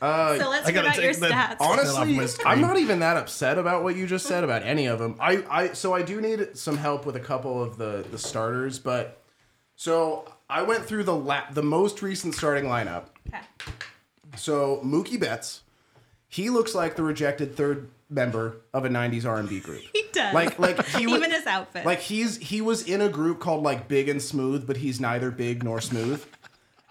S3: so let's
S5: I
S3: hear
S5: gotta
S3: about your
S5: take the-
S3: stats.
S2: Honestly,
S5: my screen.
S2: I'm not even that upset about what you just said about any of them. I, I so I do need some help with a couple of the the starters, but so I went through the la- the most recent starting lineup.
S3: Okay.
S2: So Mookie Betts, he looks like the rejected third member of a '90s R&B group.
S3: He does.
S2: Like like he was,
S3: Even his outfit.
S2: Like he's he was in a group called like Big and Smooth, but he's neither big nor smooth.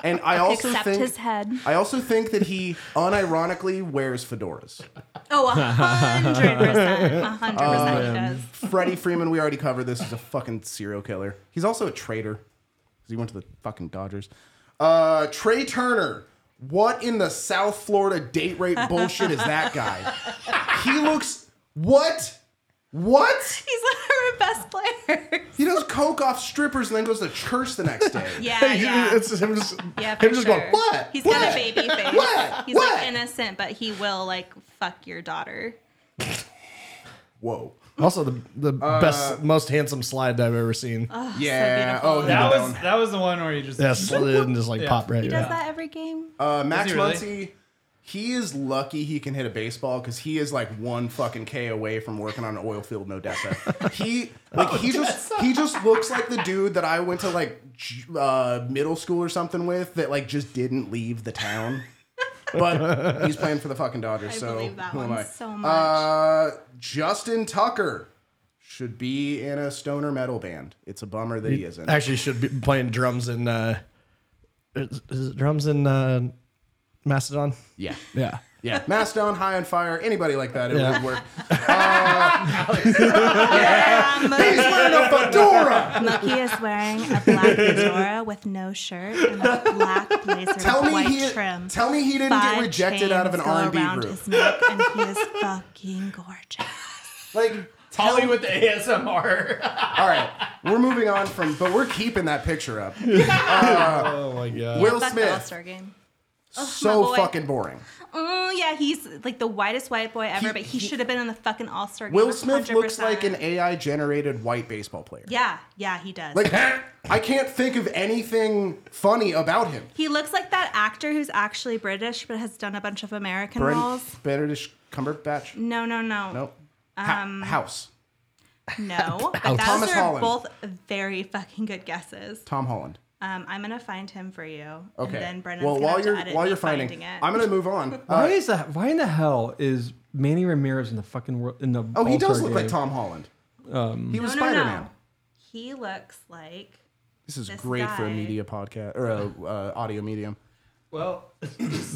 S2: And I also
S3: Except
S2: think
S3: his head.
S2: I also think that he unironically wears fedoras.
S3: Oh, a hundred percent. A hundred
S5: Um,
S3: percent he does.
S2: Freddie Freeman, we already covered this. He's a fucking serial killer. He's also a traitor because he went to the fucking Dodgers. Uh, Trey Turner. What in the South Florida date rape bullshit is that guy? He looks what? What?
S3: He's one of our best players.
S2: He does coke off strippers and then goes to church the next day.
S3: Yeah, yeah.
S5: It's him just,
S3: Yeah, for
S5: him just
S3: sure.
S5: going,
S2: "What?
S3: He's
S2: What?
S3: got a baby face.
S2: What?
S3: He's
S2: What?"
S3: like innocent, but he will like fuck your daughter.
S2: Whoa.
S5: Also, the, the best, most handsome slide I've ever seen.
S2: yeah.
S3: beautiful.
S2: oh, he
S1: That
S2: did
S1: was
S2: one.
S1: that was the one where you just
S5: yeah, slid and just like
S1: Yeah.
S5: pop right
S3: He
S5: in.
S3: does that every game.
S2: Uh, Max
S1: he really?
S2: Muncy, he is lucky he can hit a baseball because he is like one fucking K away from working on an oil field in Odessa. He like he just he just looks like the dude that I went to like j- uh, middle school or something with that like just didn't leave the town. But he's playing for the fucking Dodgers,
S3: I
S2: so
S3: believe that
S2: who am
S3: one
S2: I?
S3: so much.
S2: Uh, Justin Tucker should be in a stoner metal band. It's a bummer that he isn't.
S5: Actually, should be playing drums in, uh, is, is it drums in uh, Macedon?
S2: Yeah.
S5: Yeah.
S2: Yeah, Mastodon, High on Fire, anybody like that, it
S5: Yeah.
S2: would work.
S3: Um,
S2: He's wearing a fedora.
S3: Mookie is wearing a black fedora with no shirt and a black blazer
S2: Tell
S3: with
S2: me
S3: white
S2: he
S3: trim.
S2: tell me he didn't
S3: Five
S2: get rejected out of an
S3: chains go
S2: R and
S3: around
S2: B group.
S3: his neck, and he is fucking gorgeous.
S2: Like,
S1: Holly with the ASMR.
S2: all right, we're moving on from, but we're keeping that picture up.
S5: Oh my God.
S2: Will
S3: Fuck the All
S2: Smith,
S3: Star game.
S2: so
S3: boy.
S2: fucking boring.
S3: Oh yeah, he's like the whitest white boy ever,
S2: He-
S3: but he,
S2: he-
S3: should have been in the fucking All Star game.
S2: Will Smith looks
S3: 100%.
S2: like an AI generated white baseball player.
S3: yeah, yeah, he does.
S2: Like, I can't think of anything funny about him.
S3: he looks like that actor who's actually British but has done a bunch of American
S2: Brent
S3: roles.
S2: Benedict Cumberbatch.
S3: No, no, no,
S2: Nope. Ha-
S3: Um,
S2: House.
S3: no. But
S2: Thomas
S3: those are
S2: Holland.
S3: both very fucking good guesses.
S2: Tom Holland.
S3: Um, I'm gonna find him for you.
S2: Okay.
S3: And then Brendan's
S2: well,
S3: gonna
S2: while
S3: have
S2: you're
S3: to edit
S2: while
S3: me
S2: you're finding,
S3: it.
S2: I'm gonna move on.
S4: Why
S2: Uh,
S4: is that? Why in the hell is Manny Ramirez in the fucking world? In the
S2: oh, he does
S4: All-Star
S2: look like
S4: game? Um,
S2: Tom Holland. he was
S3: No, no,
S2: Spider Man.
S3: no. He looks like
S2: This is
S3: This
S2: great for a
S3: guy.
S2: media podcast or a uh, audio medium.
S1: Well,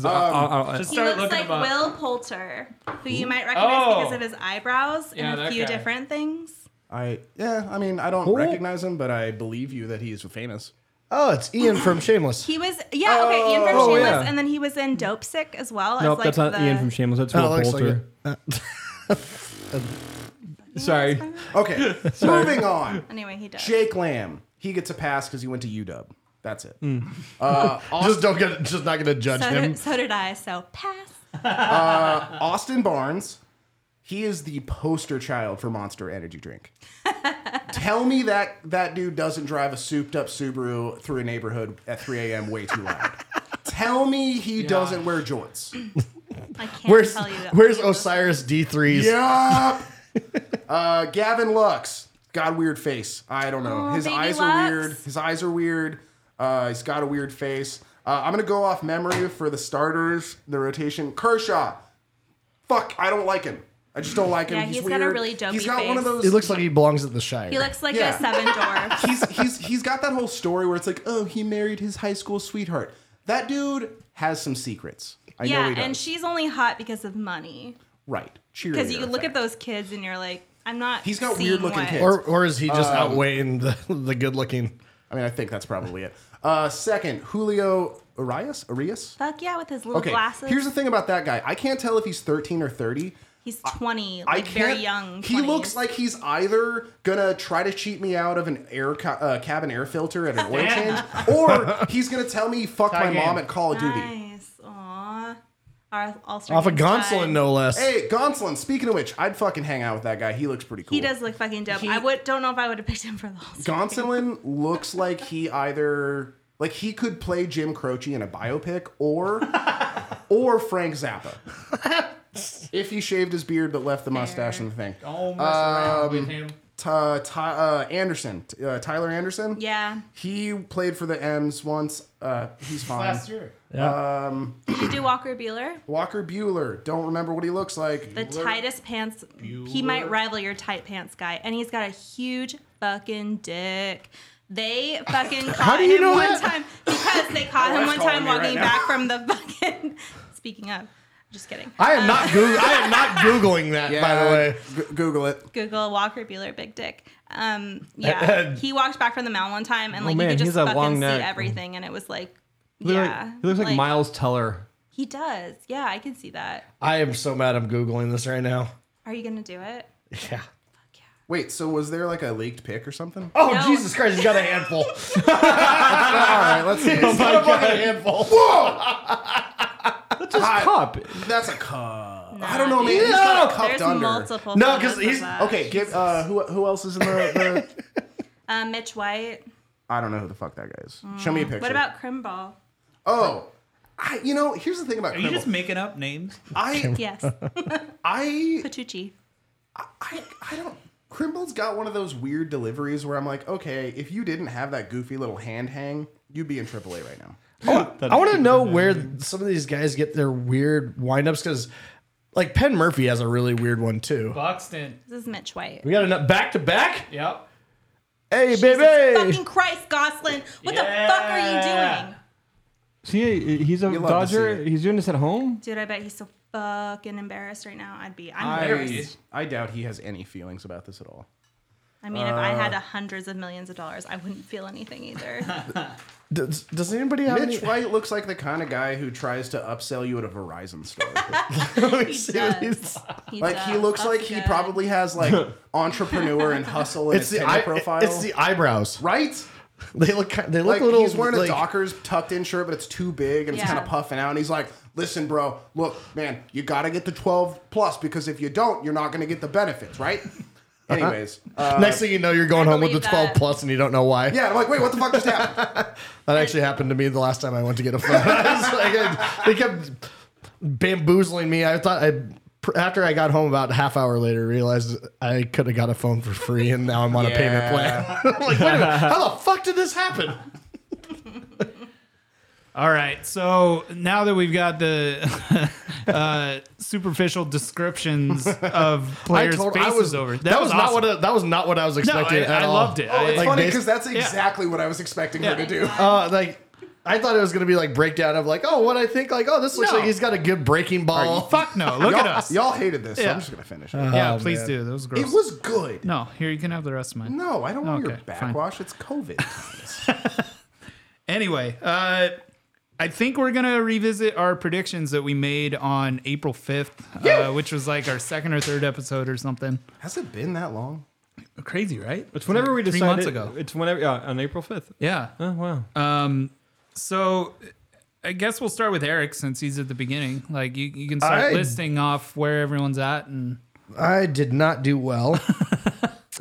S4: Uh, uh, uh,
S1: just
S3: he
S1: start
S3: looks
S1: looking
S3: like
S1: him up.
S3: Will Poulter, who you might recognize
S1: Oh.
S3: because of his eyebrows
S1: Yeah,
S3: and a
S1: that
S3: few
S1: guy.
S3: different things.
S2: I yeah, I mean, I don't recognize him, but I believe you that he's famous.
S5: Oh, it's Ian from Shameless.
S3: He was yeah okay. Ian from
S4: Oh,
S3: Shameless,
S4: yeah.
S3: and then he was in Dope Sick as well.
S4: nope,
S3: as like
S4: that's not
S3: the,
S4: Ian from Shameless. That's
S5: Oh,
S4: Will
S5: it looks like
S4: Poulter.
S2: uh,
S4: Sorry.
S2: Okay, moving on.
S3: Anyway, he does.
S2: Jake Lamb, he gets a pass because he went to UW. That's it.
S4: Mm.
S5: just don't get, just not gonna judge
S3: so,
S5: him.
S3: did, so did I. So pass.
S2: Austin Barnes, he is the poster child for Monster Energy Drink. Tell me that that dude doesn't drive a souped up Subaru through a neighborhood at 3 a.m. way too loud. Tell me he doesn't wear jorts.
S3: I can't
S5: Where's
S3: tell you. that-
S5: Where's Osiris D3's?
S2: Yup. uh, Gavin Lux got a weird face. I don't know.
S3: Aw,
S2: His
S3: Oh, baby
S2: eyes are
S3: Lux.
S2: weird. His eyes are weird. Uh, he's got a weird face. Uh, I'm gonna go off memory for the starters, the rotation. Kershaw. Fuck, I don't like him. I just don't like him.
S3: Yeah,
S2: he's,
S3: he's
S2: weird.
S3: got a really dopey
S2: He's got one of
S3: face.
S2: those.
S5: He looks like he belongs at the Shire.
S3: He looks like
S2: Yeah.
S3: a seven door.
S2: he's he's he's got that whole story where it's like, oh, he married his high school sweetheart. That dude has some secrets. I know
S3: yeah,
S2: he does.
S3: and she's only hot because of money.
S2: right.
S3: Because
S2: Cheerleader
S3: you look at
S2: effect.
S3: those kids and you're like, I'm not.
S2: He's got
S3: seeing
S2: weird-looking
S3: what-
S2: kids.
S5: Um, or or is he just outweighing the, the good looking?
S2: I mean, I think that's probably it. Uh, second, Julio Arias. Arias.
S3: Fuck yeah, with his little
S2: Okay.
S3: glasses.
S2: Here's the thing about that guy. I can't tell if he's 13 or 30.
S3: he's 20,
S2: I
S3: like
S2: can't.
S3: very young.
S2: He
S3: 20s.
S2: looks like he's either gonna try to cheat me out of an air co- uh, cabin air filter at an oil change, or he's gonna tell me fuck
S1: Tie
S2: my mom
S1: game.
S2: at Call of Duty.
S3: nice. Aww. All-star
S5: Off a
S3: game side.
S5: Gonsolin, no less.
S2: Hey, Gonsolin. Speaking of which, I'd fucking hang out with that guy. He looks pretty cool.
S3: He does look fucking dope.
S2: He-
S3: I would don't know if I would have picked him for the all
S2: Gonsolin looks like he either like he could play Jim Croce in a biopic or or Frank Zappa. if he shaved his beard but left the mustache and the thing.
S5: Um,
S1: Don't mess around with him.
S2: Ty, Ty, uh, Anderson, T- uh, Tyler Anderson.
S3: Yeah.
S2: He played for the M's once. Uh, he's fine.
S1: Last year.
S3: Did you do Walker Bueller?
S2: Walker Bueller. Don't remember what he looks like.
S3: The tightest pants. He might rival your tight pants guy, and he's got a huge fucking dick. They fucking caught
S5: do you
S3: him
S5: know
S3: one
S5: that?
S3: time because they caught him
S2: wife's
S3: one
S2: calling
S3: time
S2: me right
S3: walking
S2: now.
S3: back from the fucking. Speaking of, just kidding.
S5: I am not Goog- I am not googling that.
S2: Yeah,
S5: by the way,
S2: G- Google it.
S3: Google Walker Bueller big dick. Um, yeah, he walked back from the mound one time, and like
S4: man,
S3: you could
S4: he's
S3: just
S4: a
S3: fucking
S4: long
S3: see
S4: neck.
S3: everything, and it was like,
S4: He look-
S3: yeah,
S4: he looks like, Miles Teller.
S3: He does. Yeah, I can see that.
S5: I am so mad. I'm googling this right now.
S3: Are you gonna do it?
S5: Yeah.
S2: Wait, so was there like a leaked pic or something?
S5: Oh
S3: No.
S5: Jesus Christ! He's got a handful.
S2: All right, let's see.
S5: He's got a fucking handful.
S2: Hi.
S4: Cup.
S2: That's a cup. I don't know, man. He's
S5: No.
S2: got a cup
S3: There's
S2: under.
S3: multiple.
S5: No, 'cause
S3: photos of
S5: he's-
S3: that.
S2: Okay, give uh, who who else is in the, the
S3: Uh, Mitch White.
S2: I don't know who the fuck that guy is. Show me a picture.
S3: Mm. What about Crimball?
S2: Oh, I you know here's the thing
S1: Are
S2: about
S1: you
S2: Kribble.
S1: just making up names?
S2: I
S3: Yes,
S2: I
S3: Patucci.
S2: I, I don't. Crimble's got one of those weird deliveries where I'm like, okay, if you didn't have that goofy little hand hang, you'd be in AAA right now.
S5: I want to know where some of these guys get their weird windups because, like, Penn Murphy has a really weird one too.
S1: Buxton.
S3: This is Mitch White.
S5: We got enough back to back.
S1: Yep.
S5: Hey,
S3: Jesus
S5: baby.
S3: fucking Christ, Goslin. What
S1: Yeah.
S3: the fuck are you doing?
S4: See, he's a
S2: You'll love to
S4: Dodger.
S2: see it.
S4: He's doing this at home.
S3: Dude, I bet he's so fucking embarrassed right now. I'd be. I'm
S2: I,
S3: embarrassed.
S2: I doubt he has any feelings about this at all.
S3: I mean, if I had
S2: uh,
S3: hundreds of millions of dollars, I wouldn't feel anything either.
S5: Does, does anybody have
S2: Mitch
S5: any-
S2: White looks like the kind of guy who tries to upsell you at a Verizon store.
S3: he does. He
S2: like he
S3: does.
S2: looks
S3: That's
S2: like he
S3: good.
S2: probably has like entrepreneur and hustle in
S5: It's
S2: his
S5: the
S2: Tinder
S5: eye
S2: profile.
S5: It's the eyebrows.
S2: right?
S5: They look. ki- They look
S2: Like
S5: a little.
S2: he's wearing
S5: like,
S2: a Dockers tucked in shirt, but it's too big and it's
S3: Yeah.
S2: kind of puffing out. And he's like, "Listen, bro, look, man, you got to get the 12 plus because if you don't, you're not going to get the benefits, right?"
S5: Uh-huh.
S2: Anyways, uh,
S5: Next thing you know, you're going
S3: I
S5: home with the
S3: believe
S5: 12
S3: that.
S5: plus, and you don't know why.
S2: yeah, I'm like, "Wait, what the fuck just happened?"
S5: That actually happened to me the last time I went to get a phone. It's like, I- they kept bamboozling me. I thought I pr- after I got home about a half hour later realized I could have got a phone for free, and now I'm on a payment plan. I'm like, wait a minute, how the fuck did this happen?
S1: All right. So now that we've got the uh, superficial descriptions of players' faces
S5: I was
S1: over,
S5: that, was, not
S1: awesome.
S5: what I- that was not what I was expecting.
S1: I-
S5: at
S1: I
S5: all.
S1: loved it. Oh,
S2: It's
S1: Like
S2: funny
S5: bas-
S2: because that's exactly what I was expecting
S1: Yeah. Oh,
S2: her to do.
S5: uh, like. I thought it was gonna be like breakdown of like oh what I think like oh this looks
S1: No.
S5: like he's got a good breaking ball
S1: Fuck no! Look
S2: y'all,
S1: at us.
S2: y'all hated this. So
S1: Yeah.
S2: I'm just gonna finish it.
S1: yeah,
S5: Oh,
S1: please
S5: man.
S1: do. That was gross.
S2: it was good.
S1: no, here you can have the rest of mine.
S2: No, I don't want your
S1: Okay, fine.
S2: backwash. It's COVID.
S1: Anyway, uh, I think we're gonna revisit our predictions that we made on April fifth, uh, which was like our second or third episode or something.
S2: Has it been that long?
S1: Crazy, right?
S4: It's whenever we
S1: Three
S4: decided.
S1: months ago.
S4: It's whenever yeah, on April fifth.
S1: Yeah.
S4: Oh wow.
S1: Um, so I guess we'll start with Eric since he's at the beginning. Like you, you can start
S5: I-
S1: listing off where everyone's at and
S5: I did not do well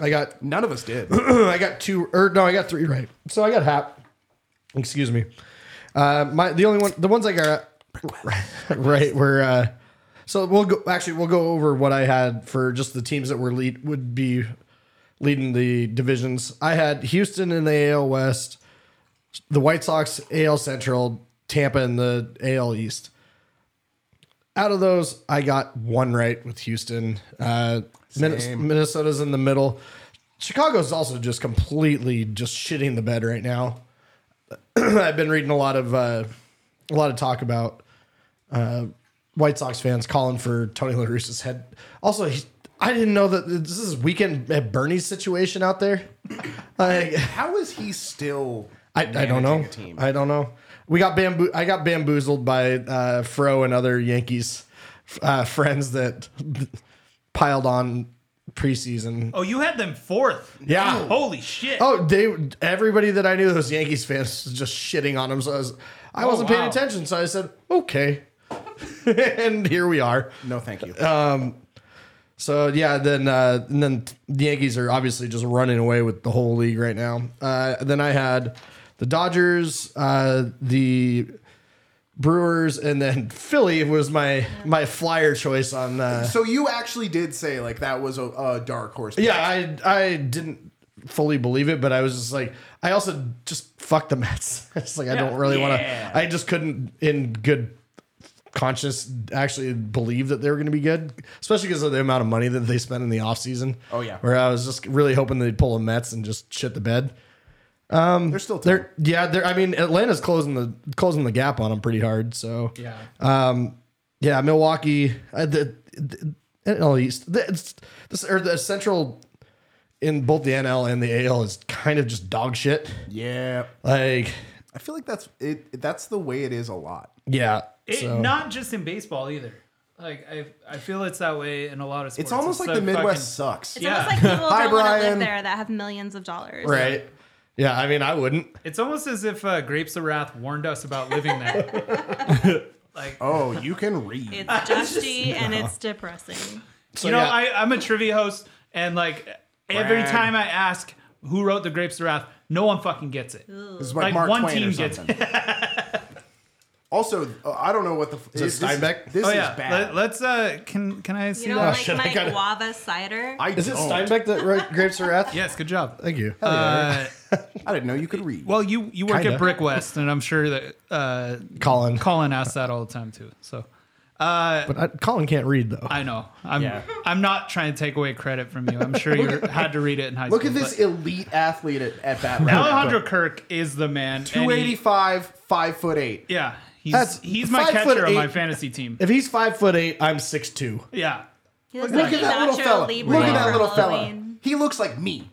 S5: I got
S2: None of us did.
S5: I got two, or no, I got three right. So I got Hap. Excuse me. Uh, my the only one, the ones I got right were. Uh, so we'll go. Actually, we'll go over what I had for just the teams that were lead would be leading the divisions. I had Houston in the AL West, the White Sox AL Central, Tampa in the AL East. Out of those, I got one right with Houston. Uh, Min- Minnesota's in the middle. Chicago's also just completely just shitting the bed right now. I've been reading a lot of uh, a lot of talk about uh, White Sox fans calling for Tony La Russa's head. Also, he, I didn't know that this is weekend at Bernie's situation out there. Like,
S2: How is he still?
S5: I, I
S2: managing
S5: don't know.
S2: A team?
S5: I don't know. We got bamboo. I got bamboozled by uh, Fro and other Yankees uh, friends that piled on preseason.
S1: Oh, you had them fourth.
S5: Yeah.
S1: Holy shit.
S5: Oh, they everybody that I knew that was Yankees fans was just shitting on them. So I, was, I wasn't paying
S1: wow.
S5: attention. So I said, okay, and here we are.
S2: no, thank you.
S5: Uh, So yeah, then uh, and then the Yankees are obviously just running away with the whole league right now. Uh, then I had the Dodgers, uh, the Brewers, and then Philly was my my flyer choice on. Uh,
S2: so you actually did say like that was a, a dark horse. pick.
S5: yeah, I I didn't fully believe it, but I was just like, I also just fuck the Mets. it's like I don't really
S1: Yeah.
S5: want to. I just couldn't in good conscience actually believe that they were going to be good, especially because of the amount of money that they spend in the offseason.
S2: Oh, yeah.
S5: where I was just really hoping they'd pull a Mets and just shit the bed.
S2: they're still. T-
S5: They're yeah, they're. I mean, Atlanta's closing the closing the gap on them pretty hard. So yeah, yeah, Milwaukee, uh, the, the NL East, the, it's- this or the Central in both the NL and the AL is kind of just dog shit.
S2: yeah,
S5: Like,
S2: I feel like that's it. That's the way it is a lot.
S5: yeah,
S1: It,
S5: so-
S1: Not just in baseball either. Like I, I feel it's that way in a lot of sports.
S2: It's almost like
S1: so
S2: the Midwest
S1: fucking-
S2: sucks.
S3: It's
S1: Yeah.
S3: almost like people
S2: Hi,
S3: don't want to
S2: Brian.
S3: live there that have millions of dollars.
S5: right. Yeah, I mean, I wouldn't.
S1: it's almost as if uh, Grapes of Wrath warned us about living there. like
S2: Oh, you can read.
S3: It's dusty and it's depressing.
S1: you know,
S5: yeah.
S1: I, I'm a trivia host, and like every
S2: Brag.
S1: time I ask who wrote the Grapes of Wrath, no one fucking gets it.
S2: It's like,
S1: Like,
S2: Mark
S1: one
S2: Twain
S1: team
S2: or
S1: gets-
S2: something. also, uh, I don't know what the f-
S5: it
S2: this-
S5: Steinbeck?
S2: This, this
S1: Oh
S2: is
S1: yeah,
S2: bad.
S1: Let, us Uh, can can I see
S3: You don't
S1: that?
S3: like
S5: shit, I
S3: my
S5: gotta-
S3: guava cider?
S2: I
S5: Is it
S2: don't.
S5: Steinbeck that wrote Grapes of Wrath?
S1: yes, good job.
S5: Thank you.
S1: Uh,
S2: I didn't know you could read.
S1: well, you you work
S5: Kinda.
S1: at Brick West, and I'm sure that uh,
S5: Colin.
S1: Colin asks that all the time too. So
S5: But I, Colin can't read though.
S1: I know I'm
S4: Yeah.
S1: I'm not trying to take away credit from you. I'm sure you had to read it in high
S2: Look
S1: school.
S2: at this
S1: but
S2: elite athlete at, at bat. right now.
S1: Alejandro Kirk is the man. and he-
S2: 285, five foot eight.
S1: yeah, he's
S5: That's
S1: he's my
S5: five foot
S1: catcher on my
S5: eight.
S1: fantasy team.
S5: if he's five foot eight, I'm six two.
S1: Yeah.
S3: He looks
S2: Look
S3: like
S2: at that
S3: Nacho
S2: little fella.
S3: Libre
S2: Look at that
S3: for
S2: little fella.
S3: Halloween.
S2: He looks like me.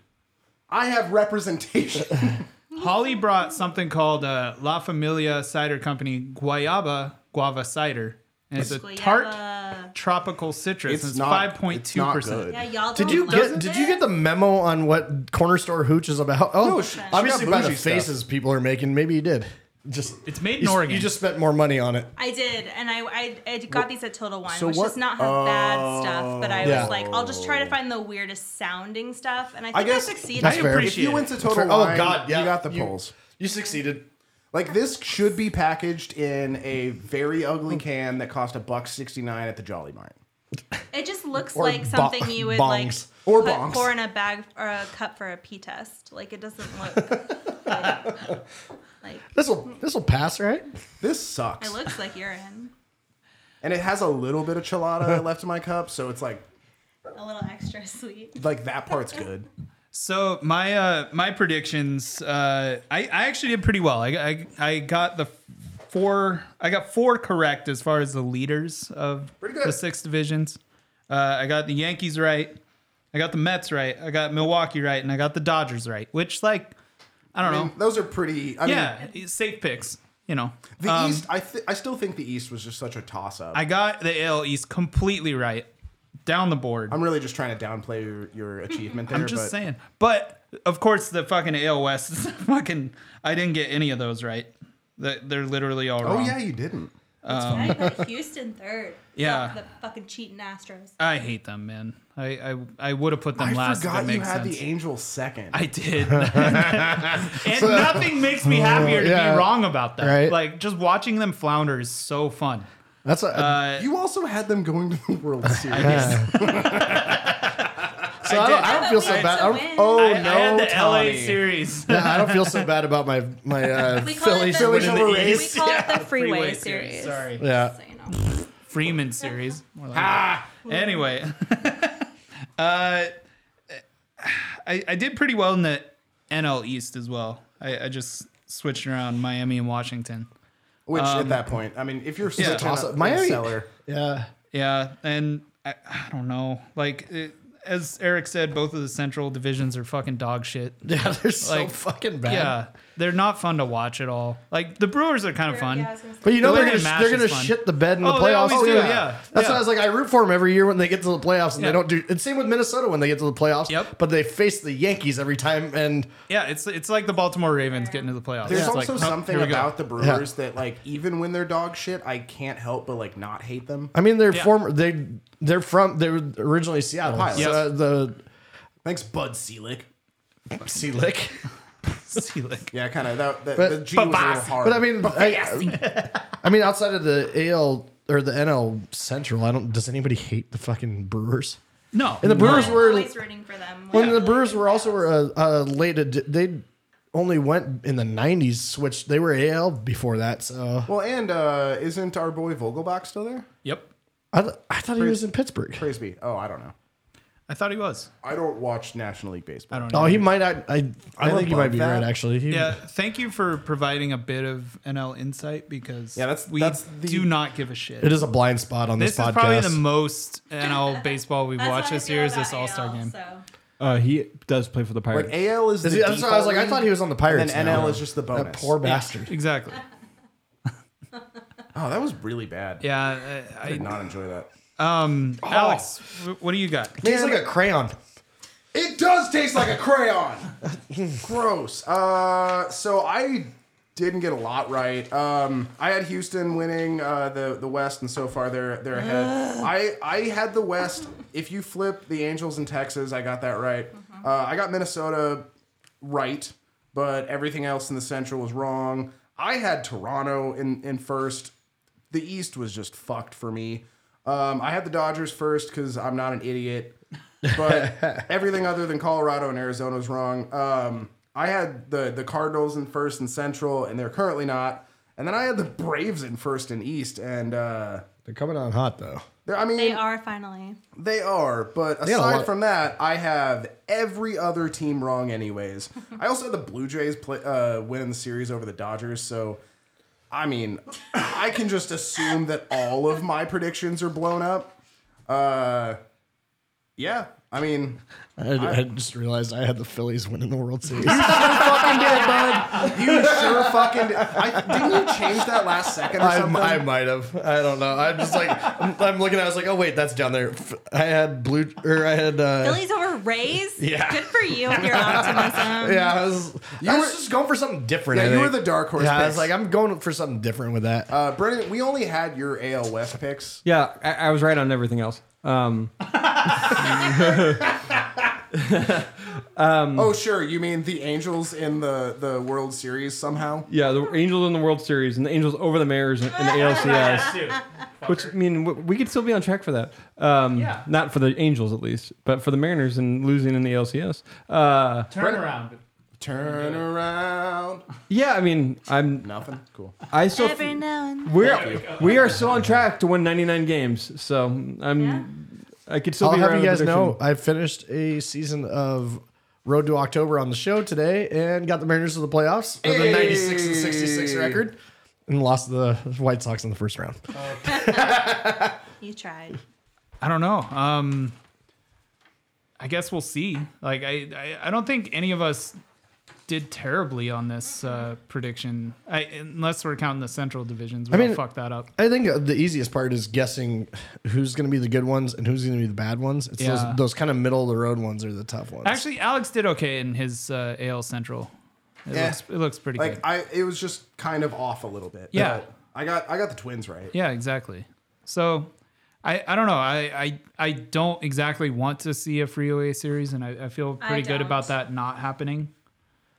S2: I have representation.
S1: Holly brought something called uh, La Familia Cider Company Guayaba Guava Cider. And it's a tart
S3: Guayaba.
S1: tropical citrus. and It's
S2: not-
S1: five point two
S2: it's not good.
S1: percent.
S3: Yeah, y'all
S5: Did
S3: don't
S5: you
S3: love
S5: get did
S3: it?
S5: you get the memo on what corner store hooch is about? Oh,
S2: No, she- she
S5: obviously
S2: got
S5: by the
S2: bougie stuff.
S5: faces people are making. Maybe you did. Just
S1: It's made in
S5: you,
S1: Oregon.
S5: You just spent more money on it.
S3: I did, and I I, I got these at Total Wine,
S2: so
S3: which
S2: what-
S3: does not have bad stuff. But I
S5: Yeah.
S3: was like, I'll just try to find the weirdest sounding stuff, and I think I,
S2: guess-
S3: succeeded.
S5: That's
S1: I
S5: fair.
S2: if
S1: appreciate
S2: you
S1: it.
S2: went to
S5: For-
S2: Total
S5: oh
S2: Wine,
S5: God, yeah,
S2: you got the polls.
S5: You succeeded.
S2: Like this should be packaged in a very ugly can that cost a buck sixty nine at the Jolly Mart.
S3: It just looks
S5: Or
S3: like
S5: bo-
S3: something you would like
S5: bongs.
S2: Or
S3: put,
S2: bongs.
S3: pour in a bag or a cup for a pee test. Like it doesn't look like
S5: This will this will pass, right?
S2: This sucks.
S3: it looks like urine.
S2: and it has a little bit of chilada left in my cup, so it's like
S3: A little extra sweet.
S2: like that part's good.
S1: So my uh, my predictions, uh, I I actually did pretty well. I, I I got the four I got four correct as far as the leaders of
S2: Pretty good.
S1: the six divisions. Uh, I got the Yankees right, I got the Mets right, I got Milwaukee right, and I got the Dodgers right. Which like I don't
S2: I mean,
S1: know,
S2: those are pretty. I mean,
S1: yeah, safe picks. You know,
S2: the
S1: Um,
S2: East. I th- I still think the East was just such a toss up.
S1: I got the AL East completely right, down the board.
S2: I'm really just trying to downplay your, your achievement there.
S1: I'm just
S2: but
S1: saying. But of course, the fucking AL West is fucking. I didn't get any of those right. They- They're literally all
S2: Oh
S1: wrong.
S2: yeah, you didn't.
S3: I put Houston third.
S1: Yeah.
S3: Fuck the fucking cheating Astros.
S1: I hate them, man. I I, I would have put them
S2: I
S1: last.
S2: forgot
S1: if that
S2: you
S1: makes
S2: had
S1: sense.
S2: the Angels second.
S1: I did. and nothing makes me happier to
S5: Yeah.
S1: be wrong about that.
S5: Right.
S1: Like just watching them flounder is so fun.
S5: That's a,
S1: Uh,
S2: you also had them going to the World Series.
S5: so I, don't, I don't feel so
S3: I-
S5: bad. I
S3: I-
S5: don't, oh
S1: I, I
S5: no,
S1: had the LA
S5: Tommy.
S1: series.
S5: Yeah, I don't feel so bad about my my uh,
S3: We call it
S5: Phillies
S3: the-
S5: winning
S2: Phillies
S5: the E-
S2: overrated.
S5: East.
S3: We call it the freeway, series.
S1: Sorry.
S5: Yeah,
S3: So, you know.
S1: Freeman series. More like it. Anyway, uh, I, I did pretty well in the NL East as well. I, I just switched around Miami and Washington.
S2: Which
S5: um,
S2: at that point, I mean, if you're such a
S1: toss-up.
S2: toss up,
S5: Miami-
S2: seller,
S5: yeah.
S1: Yeah, and I, I don't know. Like, it, as Eric said, both of the central divisions are fucking dog shit.
S5: Yeah, they're so
S1: Like,
S5: fucking bad.
S1: Yeah, they're not fun to watch at all. Like the Brewers are kind of fun.
S3: Yeah, I was gonna say-
S5: But you know
S1: The
S5: they're
S1: Lincoln
S5: gonna
S1: Mash
S5: they're
S1: is
S5: gonna
S1: fun.
S5: shit the bed in the
S1: Oh, they
S5: playoffs.
S1: always do, yeah.
S5: That's
S1: Yeah.
S5: why I was like, I root for them every year when they get to the playoffs, and
S1: Yeah.
S5: they don't do. And same with Minnesota when they get to the playoffs.
S1: Yep.
S5: But they face the Yankees every time, and
S1: Yeah, it's it's like the Baltimore Ravens getting to the playoffs.
S2: There's
S1: It's
S2: also
S5: oh,
S1: like, "Huh,
S2: something
S1: here we go."
S2: about the Brewers that, like, even when they're dog shit, I can't help but like not hate them.
S5: I mean they're
S1: Yeah.
S5: former they they're from they were originally Seattle.
S2: Pilots.
S5: So, uh, the
S2: Thanks, Bud Selick.
S5: Sea Lick.
S1: See, like-
S2: Yeah, kind of. That, that
S5: But-
S2: the G was a little hard.
S5: But I mean, I, I mean, outside of the AL or the NL Central, I don't. Does anybody hate the fucking Brewers?
S1: No,
S5: And the Brewers
S3: I'm
S5: were
S3: always rooting for them.
S5: when
S3: Yeah.
S5: the Brewers were also were uh, uh, late. ad- They only went in the '90s. Switched. They were AL before that. So
S2: well, and uh, isn't our boy Vogelbach still there?
S1: Yep,
S5: I, th- I thought he was in Pittsburgh.
S2: Praise be. Oh, I don't know.
S1: I thought he was.
S2: I don't watch National League baseball.
S1: I don't know.
S5: Oh, he might not. I I,
S2: I'm
S5: think you might be
S2: above
S5: right.
S2: that.
S5: Actually, He-
S1: Yeah, thank you for providing a bit of NL insight because
S2: Yeah, that's-
S1: we
S2: that's the-
S1: do not give a shit.
S5: it is a blind spot on this,
S1: this is
S5: podcast.
S1: probably the most NL baseball we've
S3: That's
S1: watched
S3: how I
S1: this
S3: feel
S1: year. Is
S3: about
S1: this All Star
S3: AL,
S1: game?
S3: so.
S4: Uh, he does play for the Pirates.
S2: Like AL is.
S5: Is
S2: the
S5: he- that's what I was like. I
S2: default
S5: thought he was on the
S2: league,
S5: Pirates.
S2: And then NL
S5: now.
S2: is just the bonus.
S5: that poor bastard.
S1: Exactly.
S2: oh, that was really bad.
S1: Yeah. uh,
S2: I did
S1: I,
S2: not enjoy that.
S1: I, um, Alex, wh- what do you got?
S5: He's like a crayon.
S2: It does taste like a crayon. Gross. Uh, so I didn't get a lot right. Um, I had Houston winning uh, the the West, and so far they're they're ahead. I I had the West. If you flip the Angels and Texas, I got that right. Uh, I got Minnesota right, but everything else in the Central was wrong. I had Toronto in in first. The East was just fucked for me. Um, I had the Dodgers first because I'm not an idiot, but everything other than Colorado and Arizona was wrong. Um, I had the the Cardinals in first and Central, and they're currently not. And then I had the Braves in first and East, and uh,
S5: They're coming on hot though.
S2: they're- I mean
S3: They are finally.
S2: they are, but
S5: had a
S2: aside
S5: lot-
S2: from that, I have every other team wrong, anyways. I also had the Blue Jays play, uh, winning the series over the Dodgers, so I mean, I can just assume that all of my predictions are blown up. Uh, yeah, I mean,
S5: I, I just realized I had the Phillies winning the World Series.
S2: you sure fucking did. I, didn't you change that last second or
S5: I,
S2: something?
S5: I might have. I don't know. I'm just like I'm, I'm looking. at it, I was like, oh wait, that's down there. F- I had blue or I had. Uh,
S3: Phillies over Rays.
S5: Yeah.
S3: Good for you and your optimism.
S5: yeah, I was. I
S2: You
S5: was
S2: were-
S5: just going for something different.
S2: yeah,
S5: I
S2: you were
S5: think.
S2: the dark horse.
S5: Yeah, I
S2: picks.
S5: was like, oh. I'm going for something different with that.
S2: uh, Brendan, we only had your AL West picks.
S4: yeah, I, I was right on everything else. Um,
S2: Oh, sure, you mean the Angels in the the World Series somehow?
S4: yeah, the Angels in the World Series and the Angels over the Mariners in, in the ALCS, which I mean w- we could still be on track for that. Um,
S1: Yeah.
S4: Not for the Angels at least, but for the Mariners and losing in the ALCS. Uh,
S1: Turn around.
S2: Turn around.
S4: yeah, I mean I'm
S2: Nothing. Cool.
S4: I still
S3: Every now and
S5: Mm.
S4: we're we are still on track to win 99 games, so I'm I could still
S5: I'll
S4: be
S5: have
S4: right
S5: you
S4: on the
S5: guys know
S4: prediction.
S5: I finished a season of Road to October on the show today and got the Mariners to the playoffs with
S2: Hey.
S5: a 96 and 66 record and lost to the White Sox in the first round.
S3: You tried.
S1: I don't know. Um, I guess we'll see. Like I, I, I don't think any of us did terribly on this uh, prediction, I, unless we're counting the Central divisions. We
S5: I
S1: all
S5: mean-
S1: fucked that up.
S5: I think the easiest part is guessing who's going to be the good ones and who's going to be the bad ones. It's
S1: Yeah.
S5: those, those kind of middle of the road ones are the tough ones.
S1: Actually, Alex did okay in his uh, AL Central. It,
S2: Yeah.
S1: looks, it looks pretty
S2: Like
S1: good.
S2: I, it was just kind of off a little bit.
S1: Yeah.
S2: But I got I got the twins right.
S1: Yeah, exactly. So I, I don't know. I, I I don't exactly want to see a freeway series, and I, I feel
S3: I
S1: pretty good
S3: don't.
S1: about that not happening.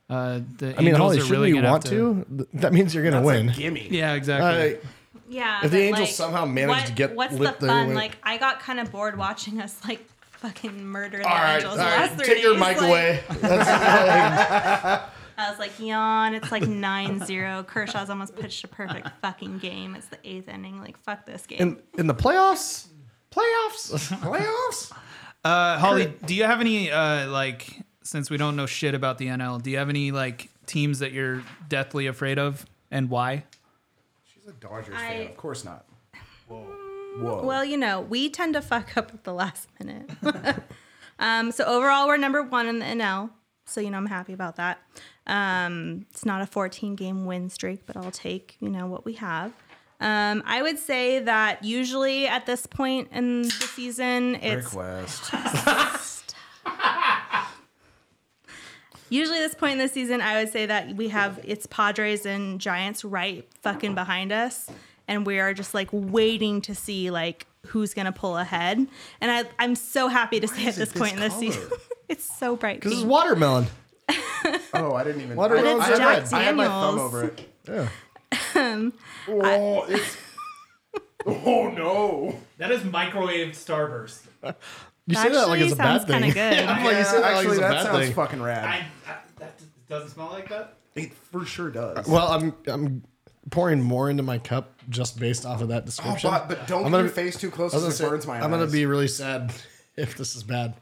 S1: Uh, the
S5: I mean,
S1: Angels
S5: Holly,
S1: are
S5: should
S1: really
S5: you
S1: gonna have
S5: want to? Th- That means you're going to win.
S2: Gimme.
S1: Yeah, exactly.
S5: Uh,
S3: Yeah.
S5: If the
S3: but,
S5: Angels somehow managed to get
S3: what's the
S5: lit, they
S3: fun?
S5: win.
S3: Like I got kind of bored watching us like fucking murder the
S5: all right,
S3: Angels.
S5: all
S3: the
S5: right.
S3: last three
S5: Take your
S3: days.
S5: mic
S3: Like,
S5: away.
S3: I was like, yawn. It's like 9-0. Kershaw's almost pitched a perfect fucking game. It's the eighth inning. Like fuck this game.
S5: In, in the playoffs?
S2: Playoffs. Playoffs.
S1: Uh, Holly, do you have any uh, like since we don't know shit about the NL, do you have any like teams that you're deathly afraid of and why?
S2: She's a Dodgers
S3: I-
S2: fan. Of course not. Whoa. Whoa.
S3: Well, you know, we tend to fuck up at the last minute. Um, so overall, we're number one in the NL. So you know, I'm happy about that. Um, it's not a 14 game win streak, but I'll take you know what we have. Um, I would say that usually at this point in the season, it's
S2: West.
S3: Usually, this point in the season, I would say that we have it's Padres and Giants right fucking behind us, and we are just like waiting to see like who's gonna pull ahead. And I, I'm so happy to say at this point in the season, it's so bright.
S5: This is
S3: pink.
S5: watermelon.
S2: Oh, I didn't even.
S5: What are
S2: I,
S5: those
S2: I, had my-
S5: Jack Um,
S2: I had my thumb
S3: Daniels?
S2: over it.
S5: Yeah.
S2: Oh, it's. Oh no!
S1: That is microwave starburst.
S5: You
S3: That
S5: say that like
S3: actually
S5: it's a
S3: sounds
S5: bad thing.
S3: kinda good.
S5: I'm like, you say that like
S2: actually,
S5: it's a
S2: that
S5: bad
S2: sounds
S5: thing.
S2: fucking rad.
S1: that doesn't smell like that.
S2: it for sure does.
S5: Well, I'm I'm pouring more into my cup just based off of that description.
S2: Oh, but, but don't
S5: I'm
S2: get
S5: gonna
S2: your
S5: be-
S2: face too close
S5: I was gonna
S2: because it
S5: say,
S2: burns my eyes.
S5: I'm gonna be really sad if this is bad.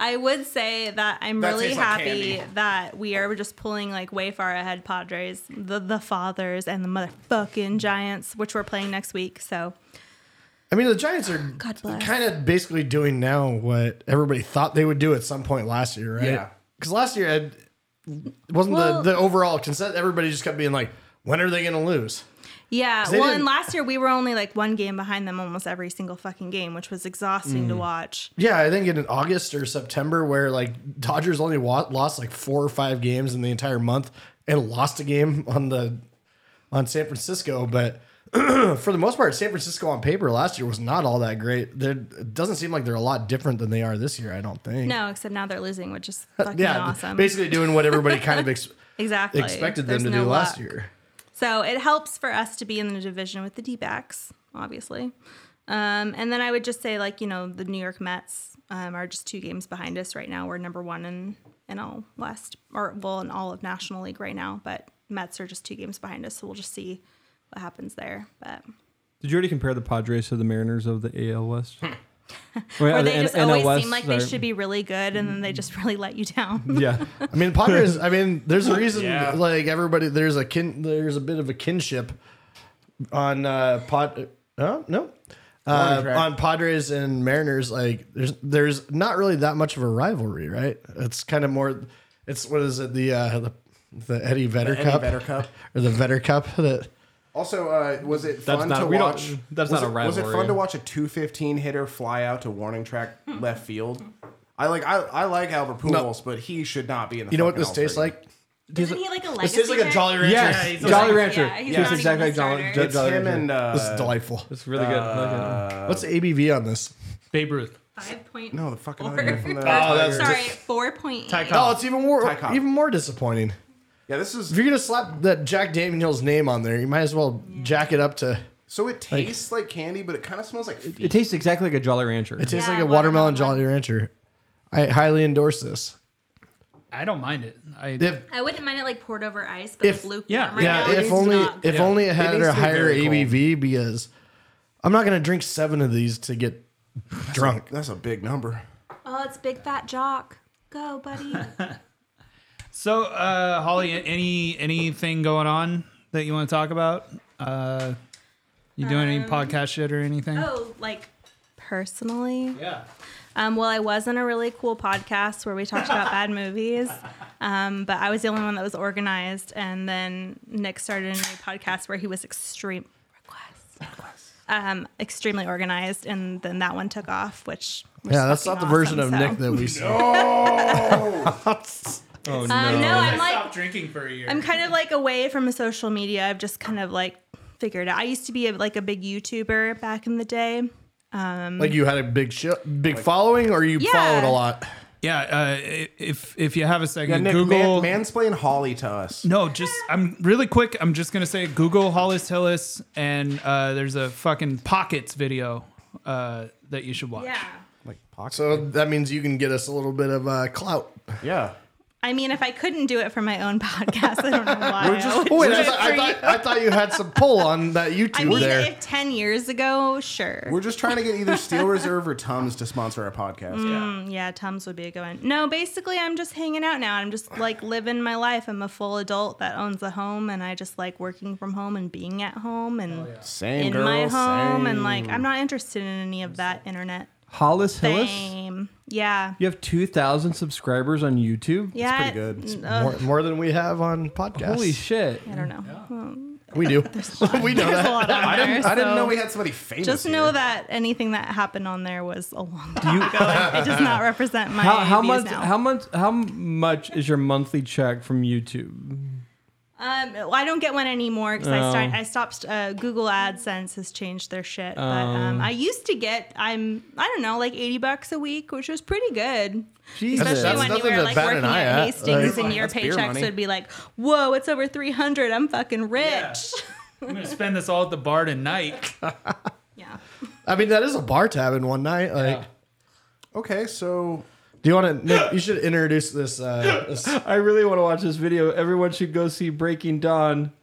S3: I would say that I'm
S2: That
S3: really
S2: tastes like
S3: happy
S2: candy.
S3: that we are just pulling like way far ahead Padres, the the Fathers, and the motherfucking Giants, which we're playing next week. So
S5: I mean, the Giants are
S3: God bless.
S5: kind of basically doing now what everybody thought they would do at some point last year, right?
S2: Yeah.
S5: Because last year, I'd, wasn't
S3: Well-
S5: the, the overall consent? Everybody just kept being like, when are they going to lose?
S3: Yeah,
S5: they
S3: well,
S5: didn't-
S3: and last year we were only like one game behind them almost every single fucking game, which was exhausting
S5: Mm.
S3: to watch.
S5: Yeah, I think in August or September, where like Dodgers only wa- lost like four or five games in the entire month and lost a game on the on San Francisco, but for the most part, San Francisco on paper last year was not all that great. They're, it doesn't seem like they're a lot different than they are this year. I don't think.
S3: No, except now they're losing, which is fucking
S5: yeah,
S3: awesome.
S5: basically doing what everybody kind of ex-
S3: exactly.
S5: expected them
S3: There's
S5: to
S3: no
S5: do last
S3: luck.
S5: year.
S3: So it helps for us to be in the division with the D backs, obviously. Um, and then I would just say, like, you know, the New York Mets um, are just two games behind us right now. We're number one in, in all West, or well, in all of National League right now, but Mets are just two games behind us. So we'll just see what happens there. But.
S4: Did you already compare the Padres to the Mariners of the AL West?
S3: Hmm. Or they just always seem like they should be really good, and
S5: Mm.
S3: then they just really let you down.
S4: Yeah.
S5: I mean, Padres. I mean, there's a reason.
S2: Yeah.
S5: Like everybody, there's a kin. There's a bit of a kinship on uh, pod. Oh no, uh,
S2: track.
S5: on Padres and Mariners. Like there's there's not really that much of a rivalry, right? It's kind of more. It's what is it the uh, the, the Eddie Vedder
S2: Eddie
S5: Cup
S2: Vedder Cup.
S5: or the Vedder Cup that.
S2: Also, uh, was it
S4: That's
S2: fun
S4: not-
S2: to
S4: we don't-
S2: watch?
S4: that's
S2: was
S4: not a
S2: it- Was it
S4: rivalry.
S2: fun to watch a two fifteen hitter fly out to warning track
S5: Hmm.
S2: left field? I like I, I like Albert Pujols, but he should not be in the.
S5: You know what
S2: fucking
S5: this tastes
S2: All-Star game.
S5: like?
S3: Isn't he like a
S5: This
S3: legacy?
S5: tastes like a
S3: guy?
S5: Jolly Rancher.
S4: Yeah,
S1: he's
S4: Jolly
S1: like-
S4: Rancher.
S3: Yeah, he's
S4: Yes,
S3: not even
S4: exactly
S3: a
S4: like Jolly,
S3: starter.
S4: Jolly
S2: It's him
S4: Rancher.
S2: and uh,
S5: This is delightful.
S4: It's really good. I like it.
S5: What's the ABV on this?
S1: Babe Ruth.
S3: Five point.
S2: no the fucking
S3: four.
S2: other guy from the.
S5: Oh, that's-
S3: Sorry, four point.
S1: Ty
S3: eight.
S1: Cobb.
S5: Oh, it's even more
S2: Ty Cobb.
S5: even more disappointing.
S2: yeah, this is
S5: If you're gonna slap that Jack Daniel's name on there, you might as well jack it up to.
S2: So it tastes like, candy, but it kind of smells like feet.
S4: It tastes exactly like a Jolly Rancher.
S5: It tastes
S3: Yeah,
S5: like a
S3: watermelon.
S5: watermelon Jolly Rancher. I highly endorse this.
S1: I don't mind it. I
S5: If
S3: I wouldn't mind it like poured over ice, but
S5: If-
S3: it's lukewarm
S1: yeah,
S3: right
S5: yeah,
S3: now.
S5: if
S3: it's
S5: only
S3: not
S5: if
S1: Yeah.
S5: only it
S2: It
S5: had
S2: needs
S5: a
S2: to be
S5: higher
S2: very cold.
S5: ABV because I'm not gonna drink seven of these to get drunk.
S2: That's a big number.
S3: oh, it's big fat jock. Go, buddy.
S1: so uh, Holly, any anything going on that you want to talk about? Uh, you doing any podcast shit or anything?
S3: Um, oh, like personally.
S1: Yeah.
S3: Um, well, I was in a really cool podcast where we talked about bad movies, um, but I was the only one that was organized. And then Nick started a new podcast where he was extreme request, um, extremely organized, and then that one took off. Which was
S5: Yeah, that's not
S3: fucking
S5: the version
S3: awesome,
S5: of
S3: so.
S5: Nick that we saw.
S4: oh, no.
S3: Um, no, I'm like
S1: stopped drinking for a year.
S3: I'm kind of like away from social media. I've just kind of like figured it out. I used to be a, like a big YouTuber back in the day.
S5: Like you had a big show, big following, or you
S3: Yeah.
S5: followed a lot.
S1: yeah. Uh, i- if if you have a second,
S2: Nick,
S1: Google.
S2: man, mansplain Holly to us.
S1: No, just I'm really quick. I'm just gonna say Google Hollis Hillis, and uh, there's a fucking pockets video uh, that you should watch.
S2: Like pocket.
S5: So that means you can get us a little bit of uh, clout.
S2: yeah.
S3: I mean, if I couldn't do it for my own podcast, I don't know why. I would
S5: Oh, wait,
S3: do
S5: I,
S3: it
S5: thought-
S3: for
S5: I,
S3: you.
S5: thought, I thought you had some pull on that YouTube
S3: I mean,
S5: there.
S3: if 10 years ago, sure.
S2: We're just trying to get either Steel Reserve or Tums to sponsor our podcast.
S3: Mm, yeah, Tums would be a good one. No, basically, I'm just hanging out now. I'm just like living my life. I'm a full adult that owns a home, and I just like working from home and being at home and
S2: Same
S3: in
S2: girl,
S3: my home.
S2: same.
S3: And like, I'm not interested in any of that internet.
S4: Hollis Hillis.
S3: Same. Yeah.
S4: You have two thousand subscribers on YouTube.
S3: Yeah.
S2: pretty good. It's
S3: it- uh,
S5: More, more than we have on podcasts.
S4: Holy shit!
S3: I don't know. Well,
S5: we do. we know
S3: there's a
S5: that.
S3: lot on
S2: I didn't,
S3: there,
S2: I didn't
S3: so
S2: know we had somebody famous.
S3: Just know
S2: here.
S3: that anything that happened on there was a long time ago. It does not represent my
S4: How, how
S3: views
S4: much?
S3: now.
S4: How much? How much is your monthly check from YouTube?
S3: Um, well, I don't get one anymore because
S4: Oh.
S3: I, start, I stopped. Uh, Google AdSense has changed their shit, but um, I used to get I'm I don't know like eighty bucks a week, which was pretty good.
S4: Jesus.
S3: Especially
S5: That's
S3: when you
S5: nothing
S3: were
S5: to
S3: like
S5: bat
S3: working
S5: an eye
S3: at
S5: at.
S3: Hastings
S2: Like-
S3: and your
S2: That's beer
S3: paychecks
S2: money.
S3: would be like, "Whoa, it's over three hundred. I'm fucking rich."
S1: I'm gonna spend this all at the bar tonight.
S3: Yeah.
S5: I mean, that is a bar tab in one night. Like,
S2: Okay, so
S5: do you want to? Nick, you should introduce this. Uh, this
S4: I really want to watch this video. Everyone should go see Breaking Dawn.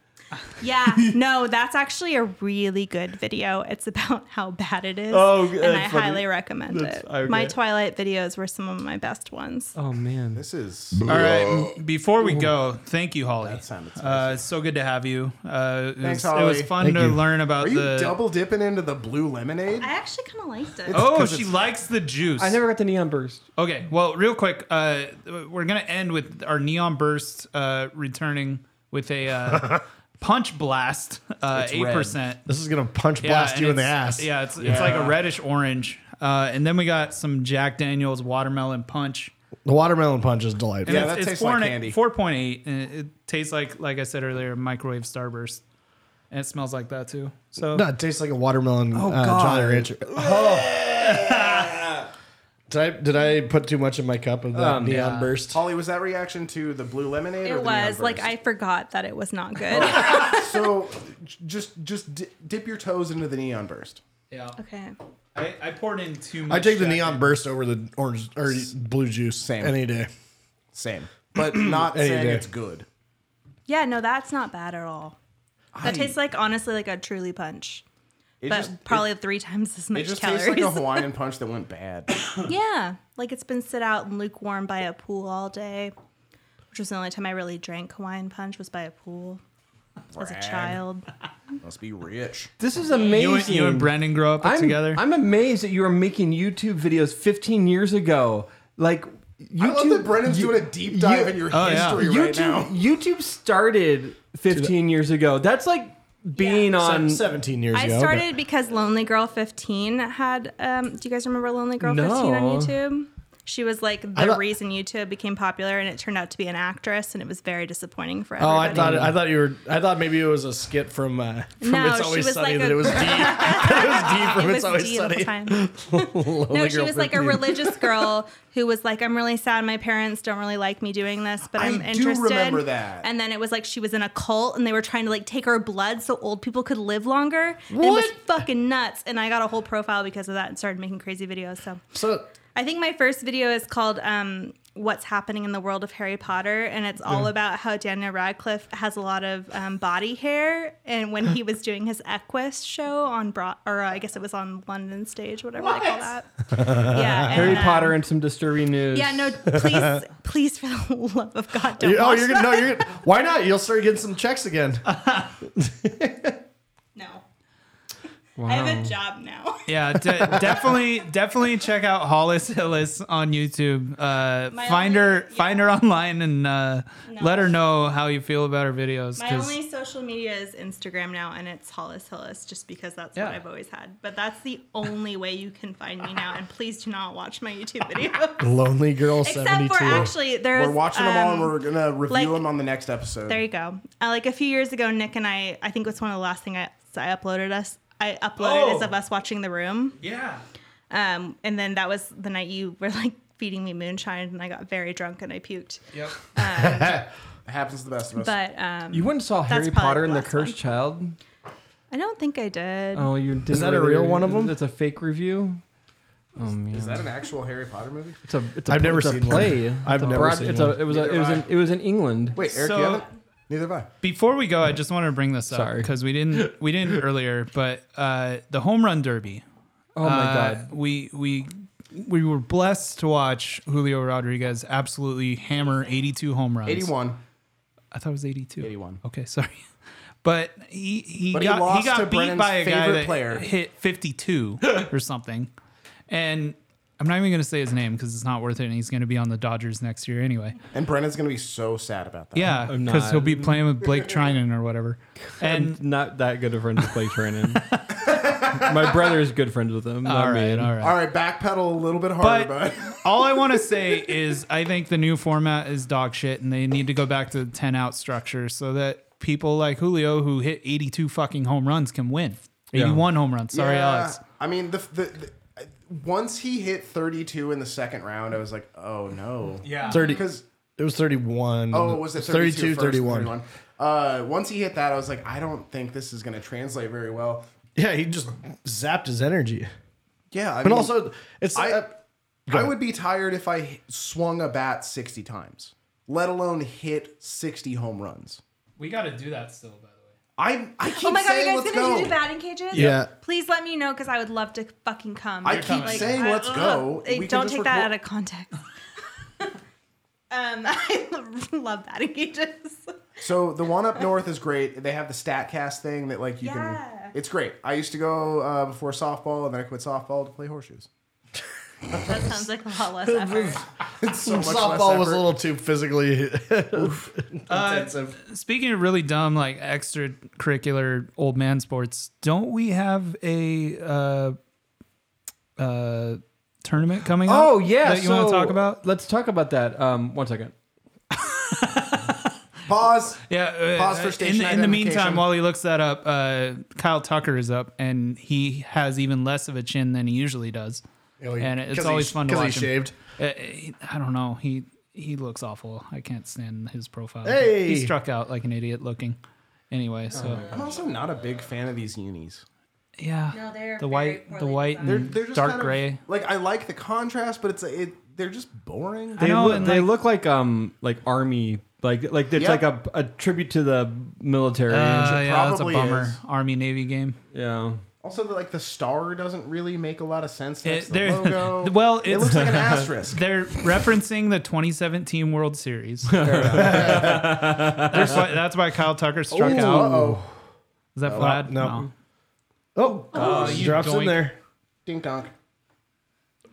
S3: Yeah, no, that's actually a really good video. It's about how bad it is,
S4: Oh,
S3: and
S4: that's
S3: I
S4: funny.
S3: highly recommend
S4: That's-
S3: it.
S4: okay.
S3: My Twilight videos were some of my best ones.
S4: Oh man.
S2: this is
S1: All right. m- Before we go, thank you, Holly.
S2: sounded
S1: uh, it's so good to have you. Uh, it
S2: Thanks,
S1: was, It was
S2: Holly.
S1: fun
S5: Thank
S1: to
S5: you.
S1: learn about
S2: Are you
S1: the.
S2: double dipping into the blue lemonade?
S3: I actually kind of liked it.
S1: oh,
S2: 'Cause
S1: she
S2: it's-
S1: likes the juice.
S4: I never got the neon burst.
S1: Okay. Well, real quick, uh, we're gonna end with our neon burst uh, returning with a uh, punch blast. uh, Eight percent.
S5: this is gonna punch blast you in the ass.
S1: Yeah, it's it's like a reddish orange. Uh, and then we got some Jack Daniel's watermelon punch.
S5: The watermelon punch is delightful.
S2: Yeah, that tastes like candy.
S1: Four point eight, and it, it tastes like like I said earlier, microwave starburst, and it smells like that too. So
S5: No, it tastes like a watermelon
S3: Oh,
S5: uh,
S4: God.
S5: Jolly Rancher. Oh. did I did I put too much in my cup of that neon burst?
S2: Holly, was that reaction to the blue lemonade? or
S3: It
S2: the neon
S3: was like
S2: burst?
S3: I forgot that it was not good.
S2: So, j- just just di- dip your toes into the neon burst.
S1: yeah,
S3: okay.
S1: I, I poured in too much.
S5: I take the
S1: Jack-
S5: neon burst over the orange or blue juice
S2: Same.
S5: any day.
S2: Same, but not
S5: Any
S2: saying
S5: day.
S2: it's good.
S3: Yeah, no, that's not bad at all. That tastes like honestly like a truly punch,
S2: It
S3: but
S2: just,
S3: probably three times as
S2: it, it
S3: much
S2: just
S3: calories.
S2: tastes like a Hawaiian punch that went bad.
S3: yeah, like it's been sit out and lukewarm by a pool all day, which was the only time I really drank Hawaiian punch was by a pool as a
S2: Brag.
S3: child.
S2: Must be rich.
S4: This is
S1: You, and-
S4: amazing.
S1: you and Brandon grow up
S4: I'm,
S1: together.
S4: I'm amazed that you were making YouTube videos 15 years ago. Like YouTube.
S2: I love that Brennan's
S4: you-
S2: doing a deep dive
S4: you-
S2: in your
S1: Oh, yeah.
S2: history right
S4: YouTube,
S2: now.
S4: YouTube started 15 years ago. That's like being
S5: Se-
S4: on.
S5: seventeen years
S3: I
S5: ago.
S3: started because Lonely Girl 15 had. Um, do you guys remember Lonely Girl 15 on
S4: No.
S3: YouTube? She was like the
S5: thought-
S3: reason YouTube became popular, and it turned out to be an actress, and it was very disappointing for
S5: Oh,
S3: everybody.
S5: I thought I thought you were. I thought maybe it was a skit from uh, from
S3: No,
S5: It's
S3: she
S5: Always
S3: was like
S5: Sunny that
S3: a-
S5: it was deep. it was deep from
S3: it was D the whole
S5: It's Always Sunny.
S3: time. no, she
S5: Girl
S3: was like a
S5: 15.
S3: religious girl who was like, "I'm really sad. My parents don't really like me doing this, but
S2: I
S3: I'm
S2: do
S3: interested."
S2: remember that.
S3: And then it was like she was in a cult, and they were trying to like take her blood so old people could live longer. And it was
S5: What?
S3: fucking nuts. And I got a whole profile because of that, and started making crazy videos. So
S5: So
S3: I think my first video is called um, "What's Happening in the World of Harry Potter," and it's all about how Daniel Radcliffe has a lot of um, body hair, and when he was doing his Equus show on Broad, or uh, I guess it was on London stage, whatever they call that. yeah,
S4: Harry
S3: and, um,
S4: Potter and some disturbing news.
S3: yeah, no, please, please, for the love of God, don't.
S5: you, oh,
S3: watch
S5: you're
S3: that.
S5: gonna no, you're gonna, why not? You'll start getting some checks again.
S3: no. I have a job now.
S1: Yeah, de- definitely, definitely check out Hollis Hillis on YouTube. Uh,
S3: My
S1: find her,
S3: only-
S1: find her online, and uh, let her know how you feel about her videos.
S3: My
S1: 'cause-
S3: only social media is Instagram now, and it's Hollis Hillis, just because that's
S1: Yeah.
S3: what I've always had. But that's the only way you can find me now. And please do not watch my YouTube videos,
S5: Lonely girl seventy
S3: except for
S5: two.
S3: actually there's.
S2: We're watching them all,
S3: um,
S2: and we're gonna review
S3: like-
S2: them on the next episode.
S3: there you go. Uh, like a few years ago, Nick and I, I think it was one of the last thing I, I uploaded us. I uploaded
S1: Oh.
S3: is of us watching The Room,
S1: yeah.
S3: um, and then that was the night you were like feeding me moonshine, and I got very drunk and I puked.
S1: Yep.
S2: It happens to the best of us.
S3: But um,
S4: You went and saw
S3: probably
S4: Harry
S3: the
S4: Potter and the
S3: last
S4: Cursed
S3: one.
S4: Child.
S3: I don't think I did.
S4: Oh, you did
S5: that a real one of 'em?
S4: That's a fake review. Oh man,
S2: Is that an actual Harry Potter movie?
S4: it's a it's a,
S5: I've never
S4: it's a
S5: seen one.
S4: play. it's
S5: I've
S4: a
S5: never
S4: broad-
S5: seen
S4: it's
S5: one.
S4: A, it was a,
S2: Neither
S4: it was
S2: have
S4: in it was in England.
S2: Wait, Eric,
S1: So-
S2: you haven't? Neither have I.
S1: Before we go, I just wanted to bring this up
S4: Sorry.
S1: because we didn't we didn't earlier, but uh, the home run derby.
S4: Oh my
S1: Uh,
S4: god,
S1: we we we were blessed to watch Julio Rodriguez absolutely hammer 82 home runs.
S2: 81.
S1: I thought it was 82.
S2: 81.
S1: Okay, sorry. But he he
S2: But he
S1: got he,
S2: lost
S1: got
S2: to
S1: beat
S2: Brennan's
S1: by a guy
S2: favorite
S1: that
S2: player.
S1: hit 52 or something. And I'm not even going to say his name because it's not worth it. And he's going to be on the Dodgers next year anyway.
S2: And Brennan's gonna be so sad about that.
S1: Yeah,
S4: I'm
S1: because he'll
S4: not.
S1: be playing with Blake Trinan or whatever. And
S4: Not that good a friend with Blake Trinan. My brother's good friends with him. not
S1: all right,
S4: me.
S1: all right.
S2: All right, backpedal a little bit harder,
S1: But
S2: bud.
S1: all I want to say is I think the new format is dog shit, and they need to go back to the ten out structure so that people like Julio, who hit 82 fucking home runs, can win. 81 home runs. Sorry,
S2: Yeah.
S1: Alex.
S2: I mean, the, the, the once he hit 32 in the second round, I was like, oh no.
S1: Yeah.
S5: 30
S2: Because
S5: It was 31.
S2: oh, was it 32,
S5: 32 31.
S2: 31? Uh, once he hit that, I was like, I don't think this is gonna translate very well.
S5: Yeah, he just zapped his energy.
S2: Yeah, I
S5: But
S2: mean,
S5: also, it's
S2: I-
S5: uh,
S2: I would be tired if I h- swung a bat 60 times, let alone hit 60 home runs.
S1: We got to do that still, by the
S2: I I keep
S3: Oh my god, you
S2: saying
S3: guys
S2: let's
S3: gonna
S2: go.
S3: do batting cages?
S5: Yeah.
S3: Please let me know because I would love to fucking come.
S2: I keep saying let's go.
S3: Hey,
S2: We can
S3: don't
S2: just
S3: take that
S2: record-
S3: out of context. um, I love batting cages.
S2: So the one up north is great. They have the Statcast thing that like you
S3: Yeah.
S2: can. It's great. I used to go uh, before softball, and then I quit softball to play horseshoes.
S3: That sounds like a lot less effort.
S2: It's so much less
S5: softball was a
S2: effort.
S5: little too physically intensive.
S1: way. Speaking of really dumb, like extracurricular old man sports, don't we have a uh, uh, tournament coming up?
S4: Oh yeah,
S1: that you want
S4: so
S1: to talk about?
S4: Let's talk about that. Um, one second.
S2: pause.
S1: Yeah.
S2: Pause
S1: uh,
S2: for station
S1: in, in the meantime,
S2: identification.
S1: while he looks that up, uh, Kyle Tucker is up, and he has even less of a chin than he usually does. and it's always fun to watch
S5: he
S1: him.
S5: shaved.
S1: Uh, he- I don't know. He he looks awful. I can't stand his profile.
S5: Hey!
S1: He struck out like an idiot looking. Anyway, so
S2: I'm also not a big fan of these unis.
S1: yeah,
S3: No, they're
S1: the
S3: very
S1: white, the
S3: poorly
S1: white,
S3: designed.
S2: They're,
S1: and
S2: they're just
S1: dark
S2: kind of-
S1: gray.
S2: Like I like the contrast, but it's it. They're just boring.
S1: I
S4: They,
S1: know,
S4: look,
S1: and
S4: they
S1: like-
S4: look like um like army like like it's
S2: Yep.
S4: like a, a tribute to the military.
S1: Uh, yeah, that's a
S2: probably
S1: bummer.
S2: is.
S1: Army Navy game.
S4: yeah.
S2: Also, the, like the star doesn't really make a lot of sense. Next
S1: It-
S2: to the
S1: they're-
S2: logo.
S1: well,
S2: it
S1: it's-
S2: looks like an asterisk.
S1: They're referencing the 2017 World Series. that's, why, that's why Kyle Tucker struck out.
S2: Oh,
S1: Is that Vlad?
S5: no. Oh,
S2: Uh,
S1: you
S5: drops
S1: doink.
S5: in there.
S2: dink donk.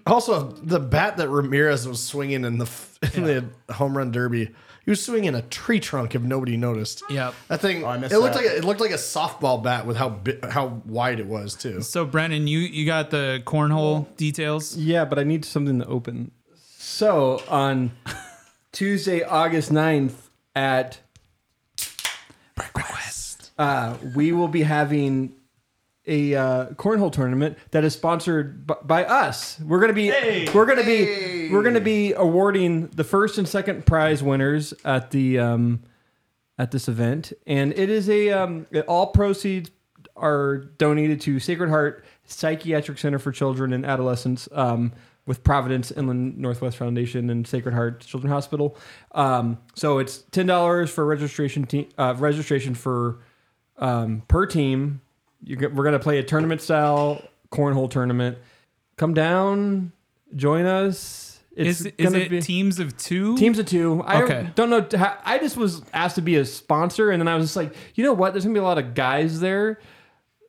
S5: Also, the bat that Ramirez was swinging in the f- in the home run derby, he was swinging a tree trunk. If nobody noticed,
S1: Yep.
S5: that thing.
S2: Oh, I
S5: it
S2: missed
S5: looked
S2: that.
S5: like a, it looked like a softball bat with how bi- how wide it was too.
S1: So Brennan, you you got the cornhole details.
S4: Yeah, but I need something to open. So on Tuesday, August 9th at uh, we will be having a uh, cornhole tournament that is sponsored b- by us. We're gonna be we're gonna be we're gonna be awarding the first and second prize winners at the um, at this event, and it is a um, all proceeds are donated to Sacred Heart Psychiatric Center for Children and Adolescents um, with Providence Inland Northwest Foundation and Sacred Heart Children's Hospital. Um, so it's ten dollars for registration te- uh, registration for um, per team. You're, go- we're gonna play a tournament style cornhole tournament. Come down, join us. It's
S1: Is, is it teams of two?
S4: Teams of two. I
S1: Okay.
S4: don't know. how- I just was asked to be a sponsor, and then I was just like, you know what? There's gonna be a lot of guys there.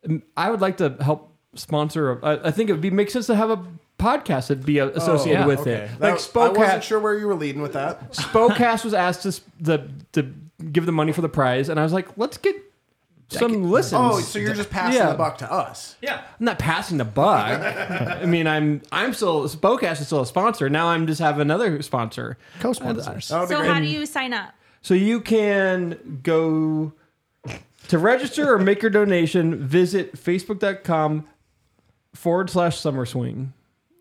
S4: Um, I would like to help sponsor. a- I I think it would be make sense to have a podcast that'd be uh, associated
S1: yeah,
S4: with
S2: Oh, Okay.
S4: it.
S2: That-
S4: Like
S2: I wasn't
S4: Spocast,
S2: sure where you were leading with that.
S4: Spocast was asked to s- the to give the money for the prize, and I was like, let's get some listens.
S2: Oh, so you're just passing
S4: Yeah.
S2: the buck to us.
S1: yeah.
S4: I'm not passing the buck. I mean, I'm I'm still Spocast is still a sponsor. Now I'm just have another sponsor.
S5: Co-sponsors.
S2: That would be
S3: So
S2: great.
S3: how do you sign up?
S4: So you can go to register or make your donation. Visit facebook.com forward slash summer swing.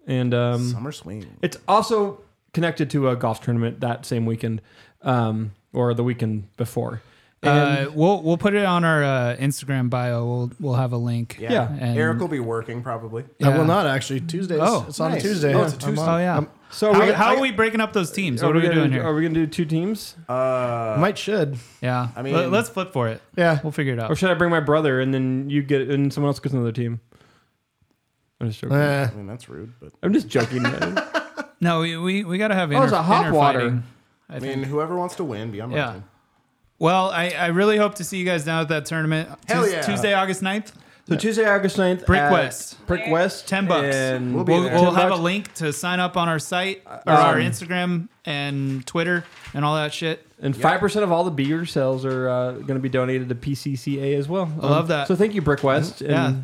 S4: And um,
S2: Summer swing.
S4: it's also connected to a golf tournament that same weekend um, or the weekend before.
S1: Uh, we'll we'll put it on our uh, Instagram bio. We'll we'll have a link.
S4: Yeah.
S1: And-
S2: Eric will be working probably.
S5: I
S1: Yeah.
S5: will not actually. Tuesdays.
S1: Oh,
S5: it's on
S2: nice.
S5: a Tuesday.
S2: Oh, it's a
S5: I'm
S1: Oh
S5: on-
S1: yeah.
S4: So
S1: how,
S4: we-
S1: how
S4: I-
S1: are we breaking up those teams?
S4: are
S1: What are we
S4: gonna,
S1: doing
S4: Are
S1: here?
S4: we going to do two teams?
S2: Uh,
S5: Might should.
S1: Yeah. I
S2: mean-
S1: mean, let's flip for it.
S5: Yeah.
S1: We'll figure it out.
S4: Or should I bring my brother and then you get and someone else gets another team? I'm just joking.
S5: Eh.
S2: I mean that's rude, but
S4: I'm just joking. man.
S1: No, we we, we got to have inter,
S4: Oh, it's a hot water.
S1: interfighting, I
S2: I
S1: think.
S2: mean whoever wants to win, be on my
S1: Yeah.
S2: team.
S1: Well, I, I really hope to see you guys down at that tournament.
S2: Hell
S1: Tues-
S2: yeah.
S1: Tuesday, August 9th.
S4: So Tuesday, August 9th.
S1: Brick
S4: at
S1: West.
S4: Brick West.
S1: Ten bucks.
S4: And
S1: We'll,
S2: be
S1: we'll,
S2: there.
S4: Ten
S1: have
S4: bucks.
S1: a link to sign up on our site or
S4: um,
S1: our Instagram and Twitter and all that shit.
S4: And five percent of all the beer sales are uh, going to be donated to PCCA as well. I
S1: love that. Mm-hmm.
S4: So thank you, Brick West and
S1: Yeah.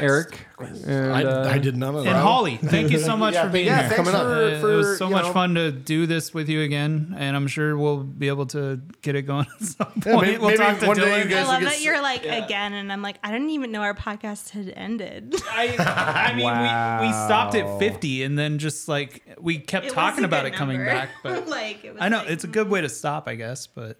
S4: Eric. And, uh,
S5: I, I did none of that.
S1: And Holly, thank you so much for being
S2: yeah,
S1: here.
S2: thanks
S5: coming up.
S2: for,
S1: Uh,
S2: for
S1: it was so
S2: you
S1: much
S2: know,
S1: fun to do this with you again, and I'm sure we'll be able to get it going at some point.
S5: may-
S1: we'll
S5: maybe
S1: talk to
S5: one day
S1: Dylan.
S5: you
S3: I
S5: guys-
S3: love
S5: we could
S3: that
S5: s-
S3: you're like again, and I'm like, I didn't even know our podcast had ended.
S1: I, I mean, we, we stopped at 50, and then just like we kept
S3: It was
S1: talking
S3: a
S1: about it
S3: good
S1: coming
S3: number.
S1: back. But
S3: like, it was
S1: I know
S3: like,
S1: it's a um, good way to stop, I guess. But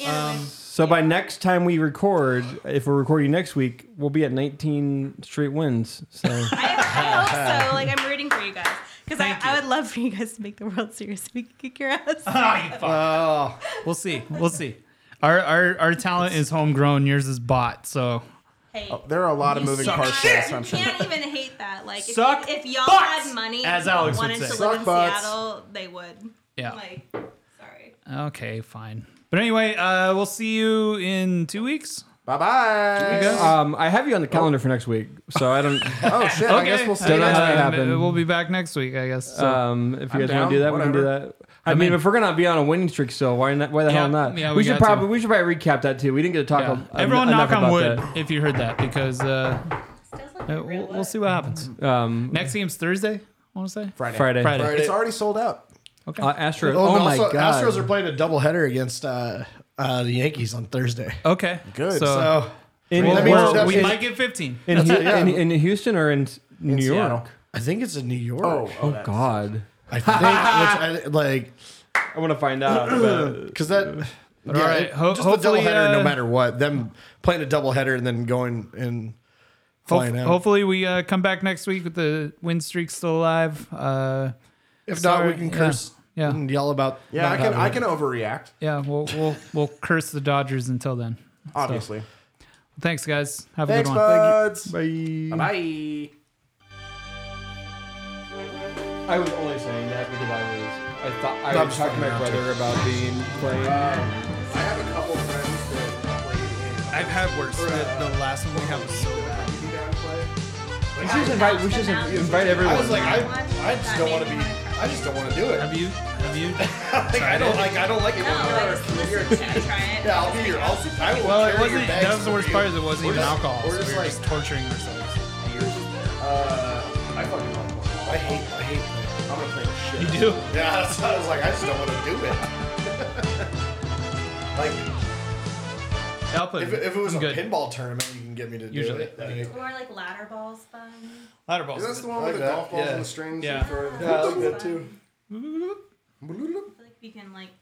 S3: anyway.
S4: so by next time we record, if we're recording next week, we'll be at 19 straight wins. So
S3: I, I hope so. Like, I'm rooting for you guys because I, I would love for you guys to make the World Series so we could kick your ass.
S1: Oh, we'll see. We'll see. Our our, our talent is homegrown. Yours is bought. So
S3: Hey,
S2: There are a lot of
S3: You
S2: moving
S1: suck
S2: parts.
S1: shit.
S2: Shit.
S3: you
S2: I'm sure.
S3: can't even hate that. Like, if,
S1: Suck
S3: if y'all
S1: butts,
S3: had money
S1: as
S3: and
S1: Alex
S3: Alex
S1: would
S3: wanted to
S1: say.
S3: live
S2: Suck
S3: in
S2: butts.
S3: Seattle, they would.
S1: Yeah.
S3: Like, sorry.
S1: okay, fine. But anyway, uh, we'll see you in two weeks.
S2: Bye bye.
S4: um, I have you on the calendar for next week. So I don't.
S2: Oh shit! I guess we'll see. Uh,
S4: Don't know how
S2: you.
S4: that
S1: Um,
S4: happened.
S1: We'll be back next week, I guess. So.
S4: Um, if you
S2: I'm
S4: guys want
S2: down,
S4: to do that, we can do
S2: whatever.
S4: that. I mean,
S1: in.
S4: if we're gonna be on a winning streak still, why not? Why the
S1: Yeah,
S4: hell not?
S1: yeah,
S4: we,
S1: we
S4: should
S1: got to.
S4: probably we should probably recap that too. We didn't get to talk.
S1: Yeah.
S2: uh,
S4: a- a-
S1: Everyone, knock
S4: enough
S1: on
S4: about
S1: wood if you heard that, because uh,
S3: Does look
S1: uh, we'll,
S3: real
S1: we'll see what happens.
S2: Mm-hmm.
S4: that. Um,
S1: Next game's Thursday. I want to say
S2: Friday.
S4: Friday.
S1: Friday.
S2: It's already sold out.
S4: Uh, Astro.
S5: Oh,
S4: Oh,
S5: and
S4: my
S5: also,
S4: god.
S5: Astros are playing a doubleheader against uh, uh, the Yankees on Thursday.
S1: Okay.
S2: Good.
S1: So,
S2: Oh.
S5: So
S4: in,
S1: well,
S5: that means
S1: well,
S5: that
S1: we
S5: means-
S1: might get 15.
S4: in, Hu- in, in Houston or in s- New York?
S2: Seattle.
S5: I think it's in New York.
S2: Oh, oh, that-
S4: God.
S5: I think which I, like
S4: I want to find out. but-
S5: because that.
S1: But all right, ho-
S5: just
S1: hopefully,
S5: the doubleheader,
S1: uh,
S5: no matter what. Them playing a doubleheader and then going and flying
S1: Hope-
S5: out.
S1: hopefully, we uh, come back next week with the win streak still alive. Uh,
S5: if
S1: sorry,
S5: not, we can
S1: yeah,
S5: curse
S1: yeah.
S2: Mm.
S5: and yell about.
S2: Yeah,
S5: not
S2: I can.
S5: having
S2: I
S5: it.
S2: can overreact.
S1: yeah, we'll we'll we'll curse the Dodgers until then.
S2: Obviously.
S1: Thanks, guys. Have a
S2: Thanks,
S1: good one.
S2: buds.
S4: Bye.
S2: Bye.
S4: I was only saying that because I was. I thought I
S5: I'm
S4: was
S5: just
S4: talking to my brother about being playing.
S2: I have a couple friends that played
S1: I've had worse. The, the last one we had was so
S2: in.
S1: bad.
S2: Did you guys play?
S4: we should just invite. We should just invite everyone.
S5: I was like, I, I just don't want to be. I just don't want to do it.
S1: Have you? Have you?
S5: Like, I don't like. I don't like it.
S3: No, I just listened to you try it.
S5: Yeah, I'll be your. I'll, I will
S1: Well, it
S5: carry your
S1: wasn't.
S5: bags
S1: That was the
S5: for
S1: worst
S5: you.
S1: part. Is it wasn't
S5: We're
S1: even
S5: just-
S1: alcohol.
S5: We're
S1: so we
S5: just
S1: were
S5: like.
S1: just torturing ourselves.
S5: Uh, I fucking love Pokemon. I hate. I hate. I'm gonna play the shit.
S1: You do.
S5: Yeah, that's what I was like. I just don't want to do it. like,
S1: I'll put
S5: if, it- if it was
S1: I'm
S5: a
S1: good.
S5: pinball tournament, you can get me to do
S1: Usually.
S5: it. Like,
S3: Or like ladder balls fun.
S1: Ladder balls.
S2: Is that the one
S5: Like
S2: with the
S5: that,
S2: golf balls
S5: yeah.
S2: and the strings?
S1: Yeah.
S2: and throw it-
S5: yeah, I like that too.
S3: I feel like we can like